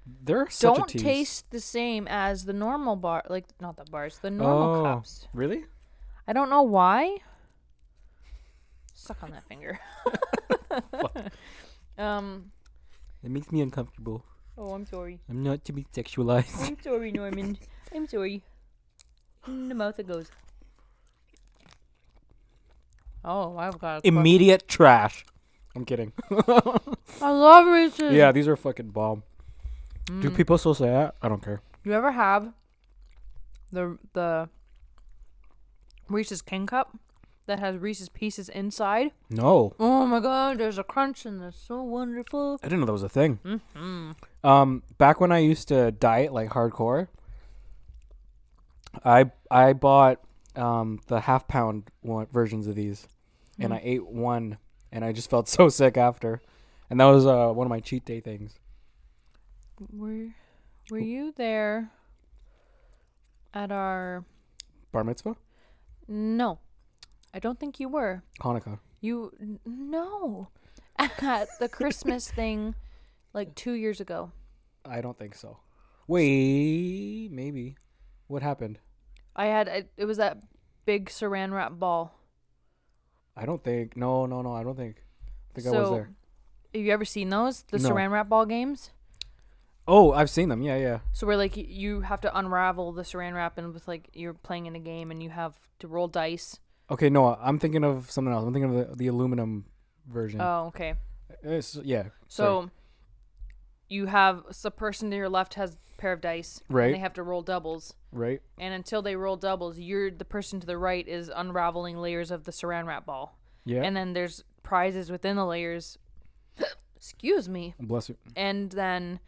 Speaker 1: They're such
Speaker 2: don't
Speaker 1: a tease.
Speaker 2: taste the same as the normal bar, like not the bars, the normal
Speaker 1: Oh.
Speaker 2: cups.
Speaker 1: Really?
Speaker 2: I don't know why. Suck on that finger. um.
Speaker 1: It makes me uncomfortable.
Speaker 2: Oh, I'm sorry.
Speaker 1: I'm not to be sexualized.
Speaker 2: I'm sorry, Norman. I'm sorry. In the mouth it goes. Oh, I've got. A question.
Speaker 1: Immediate trash. I'm kidding.
Speaker 2: I love Reese's.
Speaker 1: yeah, these are fucking bomb.
Speaker 2: Mm.
Speaker 1: Do people still say that? I don't care.
Speaker 2: You ever have the the Reese's King Cup that has Reese's Pieces inside?
Speaker 1: No.
Speaker 2: Oh my God! There's a crunch and it's so wonderful.
Speaker 1: I didn't know that was a thing.
Speaker 2: Mm.
Speaker 1: Um, back when I used to diet like hardcore, I I bought um, the half pound one, versions of these,
Speaker 2: Hmm.
Speaker 1: and I ate one, and I just felt so sick after, and that was uh, one of my cheat day things.
Speaker 2: Were Were you there at our?
Speaker 1: Bar mitzvah,
Speaker 2: No, I don't think you were.
Speaker 1: Hanukkah.
Speaker 2: You n- no, at the Christmas thing, like two years ago.
Speaker 1: I don't think so. Wait, maybe. What happened?
Speaker 2: I had it, it was that big Saran wrap ball.
Speaker 1: I don't think. No, no, no. I don't think. I think I was
Speaker 2: So-
Speaker 1: there.
Speaker 2: Have you ever seen those the
Speaker 1: No.
Speaker 2: Saran wrap ball games?
Speaker 1: Oh, I've seen them. Yeah, yeah.
Speaker 2: So where like y- you have to unravel the Saran wrap and with like you're playing in a game and you have to roll dice.
Speaker 1: Okay, no. I'm thinking of something else. I'm thinking of the, the aluminum version.
Speaker 2: Oh, okay.
Speaker 1: It's- yeah.
Speaker 2: So
Speaker 1: sorry.
Speaker 2: you have s- the person to your left has a pair of dice.
Speaker 1: Right.
Speaker 2: And they have to roll doubles.
Speaker 1: right.
Speaker 2: And until they roll doubles, you're the person to the right is unraveling layers of the saran wrap ball.
Speaker 1: Yeah.
Speaker 2: And then there's prizes within the layers. Excuse me.
Speaker 1: Bless you.
Speaker 2: And then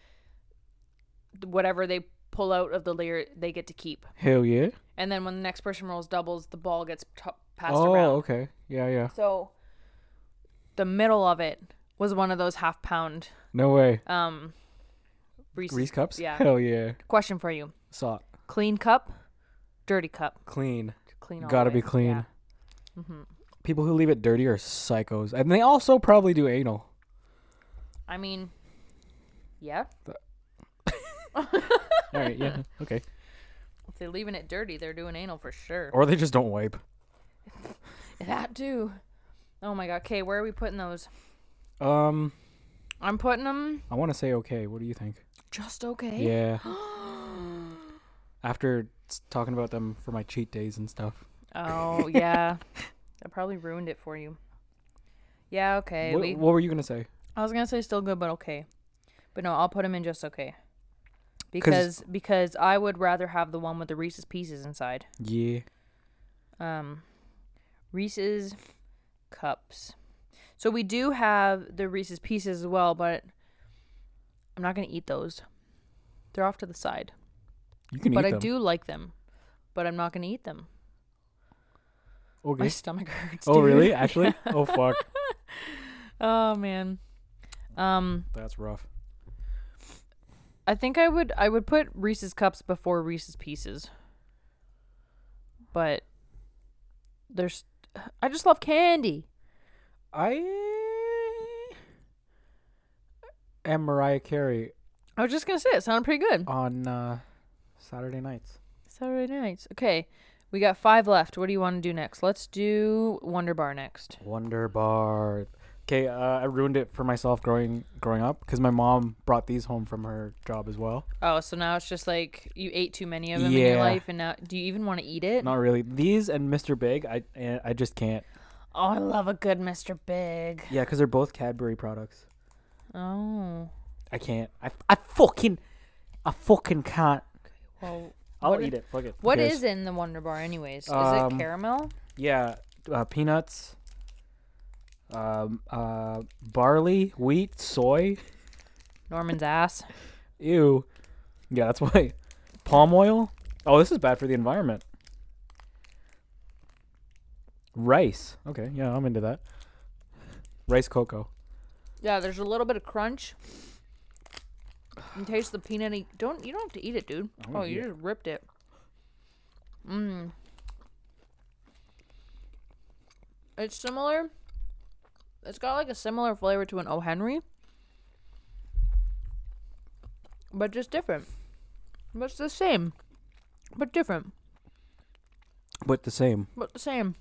Speaker 2: whatever they pull out of the layer, they get to keep.
Speaker 1: Hell yeah.
Speaker 2: And then when the next person rolls doubles, the ball gets t- passed
Speaker 1: Oh,
Speaker 2: around.
Speaker 1: okay. Yeah, yeah.
Speaker 2: So the middle of it was one of those half pound
Speaker 1: No way.
Speaker 2: um Reese's.
Speaker 1: Reese cups.
Speaker 2: Yeah.
Speaker 1: Hell yeah.
Speaker 2: Question for you.
Speaker 1: Salt.
Speaker 2: Clean cup, dirty cup.
Speaker 1: Clean.
Speaker 2: Clean all the
Speaker 1: Gotta
Speaker 2: way.
Speaker 1: be clean.
Speaker 2: Yeah. Mm-hmm.
Speaker 1: People who leave it dirty are psychos, and they also probably do anal.
Speaker 2: I mean, yeah.
Speaker 1: All right. Yeah. okay.
Speaker 2: If they're leaving it dirty, they're doing anal for sure.
Speaker 1: Or they just don't wipe.
Speaker 2: That too. Oh my god. Okay, where are we putting those?
Speaker 1: Um,
Speaker 2: I'm putting them
Speaker 1: I want to say okay. What do you think?
Speaker 2: just okay.
Speaker 1: Yeah. After s- talking about them for my cheat days and stuff.
Speaker 2: Oh yeah. that probably ruined it for you. Yeah. Okay.
Speaker 1: What,
Speaker 2: Eh, we,
Speaker 1: what were you gonna say?
Speaker 2: I was gonna say still good, but okay. But no, I'll put them in just okay. Because because I would rather have the one with the Reese's pieces inside.
Speaker 1: Yeah.
Speaker 2: Um, Reese's cups. So we do have the Reese's pieces as well, but I'm not gonna eat those. They're off to the side.
Speaker 1: You can
Speaker 2: but
Speaker 1: eat
Speaker 2: I
Speaker 1: them.
Speaker 2: do like them. But I'm not gonna eat them. My
Speaker 1: Okay.
Speaker 2: stomach hurts.
Speaker 1: Oh
Speaker 2: dude.
Speaker 1: really? Actually? Oh fuck.
Speaker 2: Oh man. Um,
Speaker 1: That's rough.
Speaker 2: I think I would I would put Reese's cups before Reese's pieces. But there's I just love candy.
Speaker 1: I am Mariah Carey
Speaker 2: I was just gonna say it sounded pretty good.
Speaker 1: on uh, Saturday nights.
Speaker 2: Saturday nights. Okay. We got five left. What do you want to do next? Let's do Wonder Bar next.
Speaker 1: Wonder Bar. Okay, uh, I ruined it for myself growing growing up because my mom brought these home from her job as well.
Speaker 2: Oh, so now it's just like you ate too many of them in your
Speaker 1: Yeah.
Speaker 2: life, and now do you even want to eat it?
Speaker 1: Not really these and Mr. Big. I eh, I just can't.
Speaker 2: oh, I love a good Mr. Big.
Speaker 1: Yeah, because they're both Cadbury products.
Speaker 2: Oh,
Speaker 1: I can't. I I fucking
Speaker 3: I fucking can't.
Speaker 2: Well,
Speaker 3: I'll
Speaker 2: What
Speaker 3: eat
Speaker 2: i-
Speaker 3: it. Fuck it.
Speaker 2: what
Speaker 1: cares?
Speaker 2: is in the Wonder Bar, anyways? Is
Speaker 1: Um,
Speaker 2: it caramel?
Speaker 1: Yeah, uh, peanuts, um, uh, barley, wheat, soy.
Speaker 2: Norman's ass.
Speaker 1: Ew. Yeah, that's why. Palm oil. Oh, this is bad for the environment. Rice. Okay, yeah, I'm into that. Rice cocoa.
Speaker 2: Yeah, there's a little bit of crunch. You taste the peanutty. Don't you don't have to eat it, dude.
Speaker 1: gonna
Speaker 2: Oh,
Speaker 1: eat
Speaker 2: you
Speaker 1: it.
Speaker 2: just ripped it. Mmm. It's similar. It's got like a similar flavor to an O Henry, but just different. But it's the same, but different,
Speaker 1: But the same.
Speaker 2: but the same,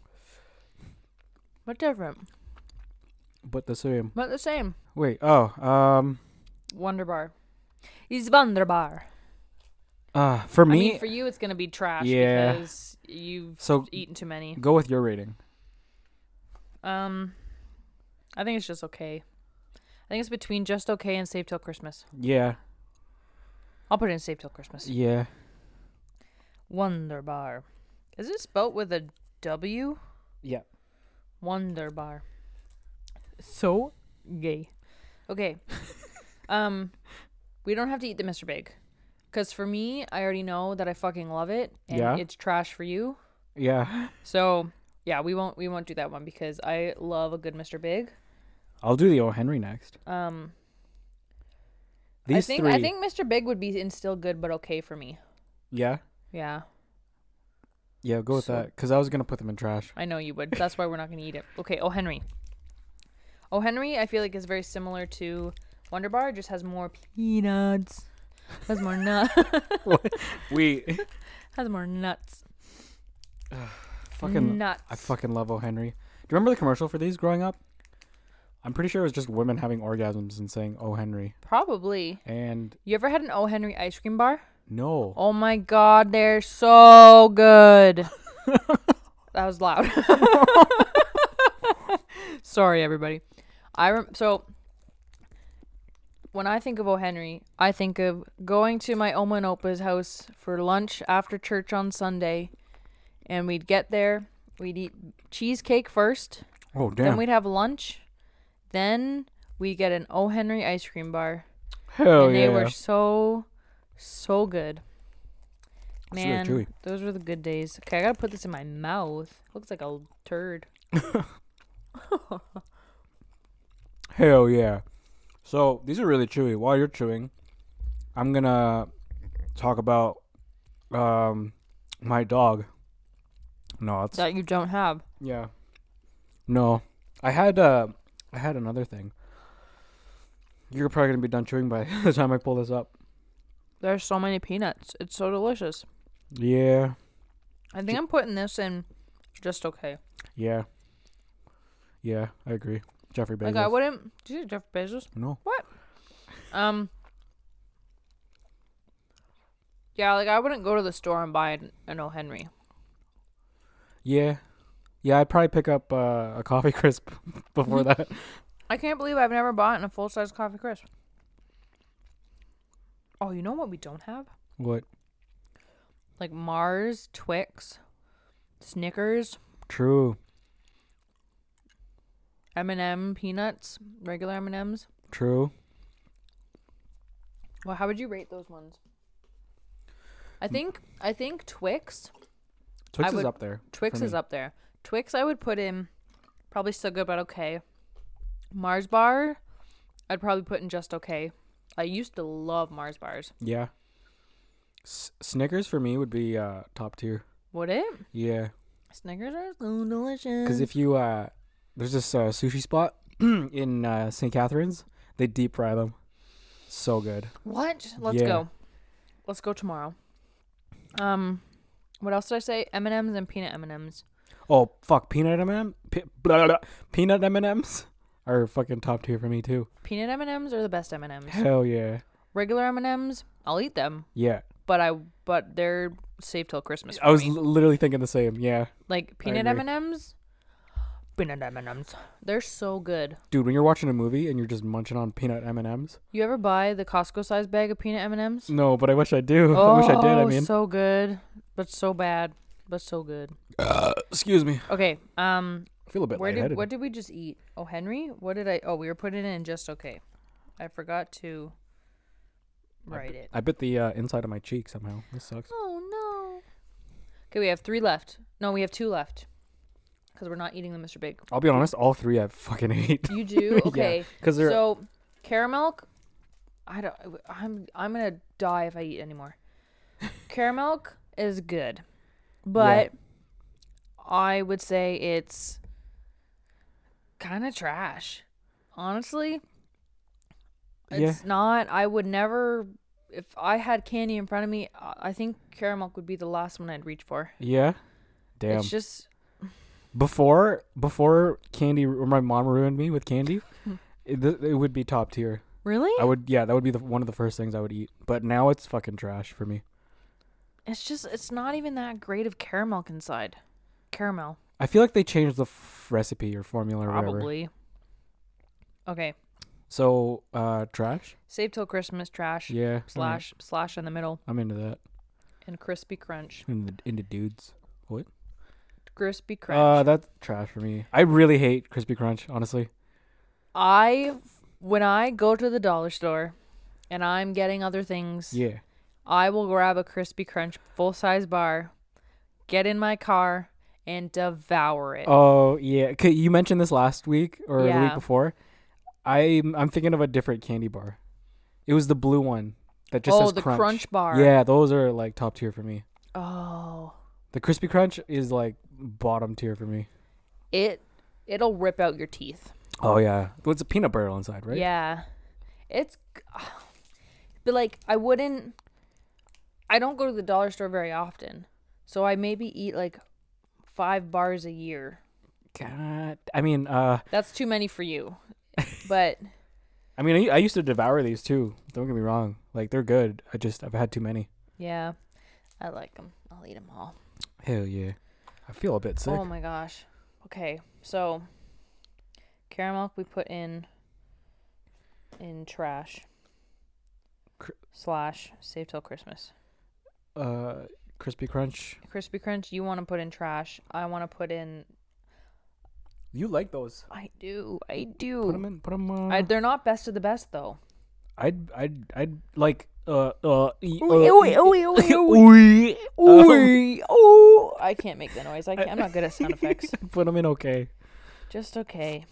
Speaker 2: but different,
Speaker 1: But the same.
Speaker 2: but the same.
Speaker 1: Wait. Oh. Um.
Speaker 2: Wonder Bar. He's Wonder Bar.
Speaker 1: Uh. For
Speaker 2: I
Speaker 1: me.
Speaker 2: mean, for you, it's gonna be trash
Speaker 1: Yeah.
Speaker 2: because you've
Speaker 1: So-
Speaker 2: eaten too many.
Speaker 1: go with your rating.
Speaker 2: Um, I think it's just okay. I think it's between just okay and save till Christmas.
Speaker 1: Yeah.
Speaker 2: I'll put it in save till Christmas.
Speaker 1: Yeah.
Speaker 2: Wonder Bar. Is it spelt with a W?
Speaker 1: Yeah.
Speaker 2: Wonder Bar. So gay. Okay. um, we don't have to eat the Mr. Big, because for me, I already know that I fucking love it, and
Speaker 1: Yeah.
Speaker 2: it's trash for you.
Speaker 1: Yeah.
Speaker 2: So yeah, we won't we won't do that one because I love a good Mr. Big.
Speaker 1: I'll do the O. Henry next.
Speaker 2: Um,
Speaker 1: These
Speaker 2: I think
Speaker 1: three.
Speaker 2: I think Mr. Big would be in still good but okay for me.
Speaker 1: Yeah.
Speaker 2: Yeah,
Speaker 1: Yeah. Go with
Speaker 2: So-
Speaker 1: that. Cause I was gonna put them in trash.
Speaker 2: I know you would. That's why we're not gonna eat it. Okay, Oh Henry. Oh Henry, I feel like is very similar to Wonder Bar. Just has more peanuts. Has more nut.
Speaker 1: we.
Speaker 2: has more nuts.
Speaker 1: Fucking.
Speaker 2: nuts.
Speaker 1: I fucking love O. Henry. Do you remember the commercial for these growing up? I'm pretty sure it was just women having orgasms and saying "Oh Henry."
Speaker 2: Probably.
Speaker 1: And
Speaker 2: You ever had an Oh Henry ice cream bar?
Speaker 1: no,
Speaker 2: Oh my god, they're so good. that was loud. Sorry, everybody. I rem- so when I think of O. Henry, I think of going to my oma and opa's house for lunch after church on Sunday, and we'd get there. We'd eat cheesecake first,
Speaker 1: oh
Speaker 2: then
Speaker 1: damn,
Speaker 2: we'd have lunch, then we get an O. Henry ice cream bar
Speaker 1: hell
Speaker 2: and
Speaker 1: yeah.
Speaker 2: they were so so good.
Speaker 1: It's really
Speaker 2: Man,
Speaker 1: chewy.
Speaker 2: those were the good days. Okay, I gotta put this in my mouth. Looks like a turd.
Speaker 1: Hell yeah. So these are really chewy. While you're chewing, I'm gonna talk about um my dog. No, it's
Speaker 2: That you don't have.
Speaker 1: yeah. No. I had uh I had another thing. You're probably gonna be done chewing by the time I pull this up.
Speaker 2: There's so many peanuts. It's so delicious.
Speaker 1: Yeah.
Speaker 2: I think I'm putting this in just okay.
Speaker 1: Yeah. Yeah, I agree. Jeffrey Bezos.
Speaker 2: Like I wouldn't. Do you say Jeff Bezos?
Speaker 1: no.
Speaker 2: Um. Yeah, like I wouldn't go to the store and buy an, an O. Henry.
Speaker 1: Yeah. Yeah, I'd probably pick up uh, a coffee crisp before that.
Speaker 2: I can't believe I've never bought a full size coffee crisp. Oh, you know what we don't have?
Speaker 1: What?
Speaker 2: like Mars, Twix, Snickers,
Speaker 1: True.
Speaker 2: M&M peanuts, regular M&Ms.
Speaker 1: True.
Speaker 2: Well, how would you rate those ones?
Speaker 1: Mm.
Speaker 2: I think I think Twix,
Speaker 1: Twix is
Speaker 2: would-
Speaker 1: up there.
Speaker 2: Twix
Speaker 1: For
Speaker 2: is
Speaker 1: me.
Speaker 2: up there. Twix I would put in probably still good but okay. Mars bar I'd probably put in just okay. I used to love Mars bars.
Speaker 1: Yeah. S- Snickers for me would be uh, top tier.
Speaker 2: Would it?
Speaker 1: Yeah,
Speaker 2: Snickers are so delicious.
Speaker 1: because if you uh, there's this uh, sushi spot in uh, St. Catharines, they deep fry them. So good.
Speaker 2: What? Let's
Speaker 1: Yeah.
Speaker 2: go. Let's go tomorrow. Um, what else did I say? M and M's and peanut M and M's.
Speaker 1: Oh fuck, peanut M&M, Pe- blah, blah, blah. peanut M&Ms are fucking top tier for me too.
Speaker 2: Peanut M and M's are the best M and M's.
Speaker 1: Hell yeah,
Speaker 2: Regular M and M's, I'll eat them,
Speaker 1: yeah.
Speaker 2: but I but they're safe till Christmas. For
Speaker 1: I was
Speaker 2: me.
Speaker 1: l- literally thinking the same. Yeah,
Speaker 2: like peanut M
Speaker 1: agree.
Speaker 2: and M's. peanut M&Ms. They're so good.
Speaker 1: Dude, when you're watching a movie and you're just munching on peanut M&Ms?
Speaker 2: You ever buy the Costco sized bag of peanut M&Ms? Oh,
Speaker 1: No, but I wish I do. I wish I did. I mean,
Speaker 2: so good, but so bad, but so good.
Speaker 1: Uh, excuse me.
Speaker 2: Okay, um,
Speaker 1: I feel a bit
Speaker 2: where
Speaker 1: lightheaded.
Speaker 2: did what did we just eat? Oh, Henry, what did I? Oh, we were putting it in just okay. I forgot to write it.
Speaker 1: I bit the uh, inside of my cheek somehow. This sucks.
Speaker 2: Oh no. Okay, we have three left. No, we have two left, because we're not eating the Mr. Big.
Speaker 1: I'll be honest, all three I fucking ate.
Speaker 2: You do okay.
Speaker 1: Because they're
Speaker 2: So caramel, I don't. I'm I'm gonna die if I eat anymore. caramel is good, but I would say it's kind of trash. Honestly,
Speaker 1: Yeah.
Speaker 2: it's not. I would never. If I had candy in front of me, I I think caramel would be the last one I'd reach for.
Speaker 1: yeah. Damn.
Speaker 2: It's just
Speaker 1: before before candy, or my mom ruined me with candy.
Speaker 2: Hmm.
Speaker 1: it, th- it would be top tier.
Speaker 2: really.
Speaker 1: I would, yeah, that would be the, one of the first things I would eat. But now it's fucking trash for me.
Speaker 2: It's just. It's not even that great of caramel inside. Caramel.
Speaker 1: I feel like they changed the f- recipe or formula or whatever.
Speaker 2: Probably. Okay.
Speaker 1: So, uh, trash.
Speaker 2: Save till Christmas trash.
Speaker 1: Yeah. alright.
Speaker 2: Slash slash in the middle
Speaker 1: I'm into that.
Speaker 2: and crispy crunch.
Speaker 1: Into, into dudes.
Speaker 2: Crispy
Speaker 1: Uh,
Speaker 2: crunch.
Speaker 1: that's trash for me. I really hate Crispy Crunch, honestly.
Speaker 2: I when I go to the dollar store and I'm getting other things,
Speaker 1: Yeah.
Speaker 2: I will grab a crispy crunch full size bar, get in my car, and devour it.
Speaker 1: Oh yeah. 'Kay, You mentioned this last week or the
Speaker 2: Yeah.
Speaker 1: week before. I'm I'm thinking of a different candy bar. It was the blue one that just
Speaker 2: oh,
Speaker 1: says
Speaker 2: the
Speaker 1: crunch.
Speaker 2: crunch. bar.
Speaker 1: Yeah, those are like top tier for me.
Speaker 2: Oh.
Speaker 1: The Crispy Crunch is like bottom tier for me.
Speaker 2: It it'll rip out your teeth.
Speaker 1: Oh yeah. Well, it's a peanut butter inside, right?
Speaker 2: Yeah. It's but like I wouldn't I don't go to the dollar store very often. So I maybe eat like 5 bars a year.
Speaker 1: God. I mean, uh,
Speaker 2: That's too many for you. But
Speaker 1: I mean, I, I used to devour these too. Don't get me wrong. Like they're good. I just I've had too many.
Speaker 2: yeah, I like them. I'll eat them all.
Speaker 1: Hell yeah. I feel a bit sick.
Speaker 2: Oh my gosh. Okay. So caramel we put in in trash.
Speaker 1: Cr-
Speaker 2: slash save till Christmas.
Speaker 1: Uh, Crispy Crunch.
Speaker 2: Crispy Crunch, you want to put in trash. I want to put in
Speaker 1: You like those?
Speaker 2: I do. I
Speaker 1: Put them
Speaker 2: do.
Speaker 1: in. Put them. Uh,
Speaker 2: I, they're not best of the best though.
Speaker 1: I'd I'd I'd like uh uh e-
Speaker 2: Ooey,
Speaker 1: uh,
Speaker 2: ooey, ooey,
Speaker 1: e-
Speaker 2: ooey,
Speaker 1: ooey,
Speaker 2: ooey, ooh. I can't make the noise. I can't, I'm not good at sound effects.
Speaker 1: um, Put them in okay.
Speaker 2: Just okay.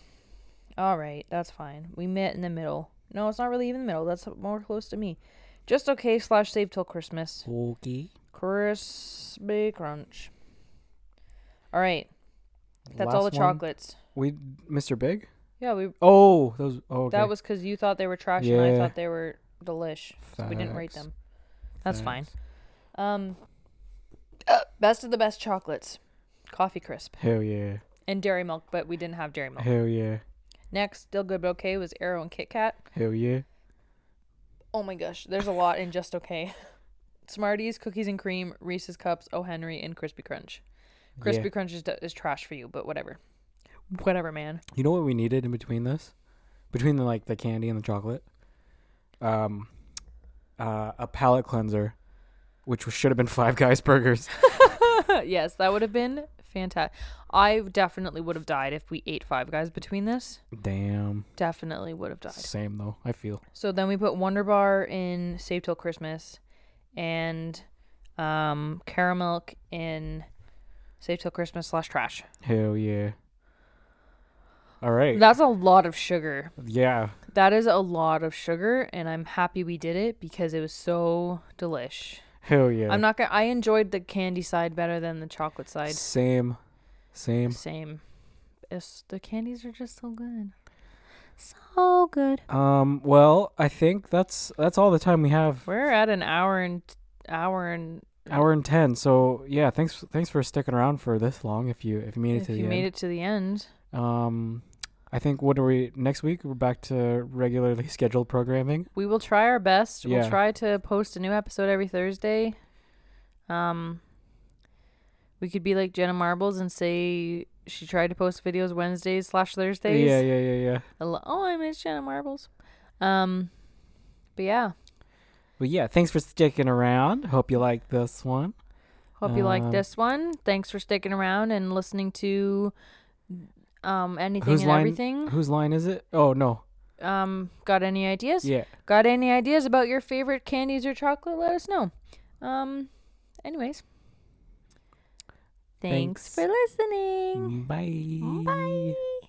Speaker 2: All right, that's fine. We met in the middle. No, it's not really even the middle. That's more close to me. Just okay slash save till Christmas.
Speaker 1: Okay.
Speaker 2: Crispy crunch. All right, that's all the chocolates.
Speaker 1: We Mr. Big?
Speaker 2: Yeah, we.
Speaker 1: Oh, those oh okay.
Speaker 2: That was because you thought they were trash and I
Speaker 1: Yeah.
Speaker 2: thought they were delish. So we didn't rate
Speaker 1: Facts.
Speaker 2: them. That's fine.
Speaker 1: Thanks.
Speaker 2: Um, uh, best of the best chocolates, coffee crisp
Speaker 1: Hell yeah.
Speaker 2: and dairy milk, but we didn't have dairy milk.
Speaker 1: Hell yeah.
Speaker 2: Next, still good but okay was Arrow and Kit Kat.
Speaker 1: Hell yeah.
Speaker 2: Oh my gosh, there's a lot in just okay. Smarties, cookies and cream, Reese's cups, O Henry, and Crispy Crunch. Crispy
Speaker 1: Yeah.
Speaker 2: Crunch is, is trash for you, but whatever. Whatever, man.
Speaker 1: You know what we needed in between this? Between the like the candy and the chocolate? Um uh a palate cleanser which should have been Five Guys burgers.
Speaker 2: yes, that would have been fantastic. I definitely would have died if we ate Five Guys between this.
Speaker 1: Damn.
Speaker 2: Definitely would have died.
Speaker 1: Same though. I feel.
Speaker 2: So then we put Wonder Bar in Save Till Christmas and um, Caramilk in Save Till Christmas slash trash.
Speaker 1: Hell yeah. All right.
Speaker 2: That's a lot of sugar.
Speaker 1: yeah.
Speaker 2: That is a lot of sugar, and I'm happy we did it because it was so delish.
Speaker 1: Hell yeah.
Speaker 2: I'm not gonna. I enjoyed the candy side better than the chocolate side.
Speaker 1: Same. Same.
Speaker 2: Same. It's, the candies are just so good. So good.
Speaker 1: Um well, I think that's that's all the time we have.
Speaker 2: We're at an hour and hour and
Speaker 1: Hour and 10. So, yeah, thanks thanks for sticking around for this long if you if you made it
Speaker 2: if
Speaker 1: to
Speaker 2: you
Speaker 1: the
Speaker 2: made
Speaker 1: end.
Speaker 2: it to the end.
Speaker 1: Um I think what are we next week we're back to regularly scheduled programming.
Speaker 2: we will try our best. We'll
Speaker 1: Yeah.
Speaker 2: try to post a new episode every Thursday. Um We could be like Jenna Marbles and say she tried to post videos Wednesdays slash Thursdays.
Speaker 1: Yeah, yeah, yeah, yeah.
Speaker 2: I lo- Oh, I miss Jenna Marbles. Um, but yeah,
Speaker 1: But yeah, thanks for sticking around. Hope you like this one.
Speaker 2: hope you like
Speaker 1: Um,
Speaker 2: this one. Thanks for sticking around and listening to um anything
Speaker 1: Whose
Speaker 2: and
Speaker 1: line-
Speaker 2: everything.
Speaker 1: Whose line is it? Oh no.
Speaker 2: Um, got any ideas?
Speaker 1: Yeah.
Speaker 2: Got any ideas about your favorite candies or chocolate? Let us know. Um, anyways, thanks,
Speaker 1: Thanks.
Speaker 2: for listening.
Speaker 1: Bye.
Speaker 2: Bye.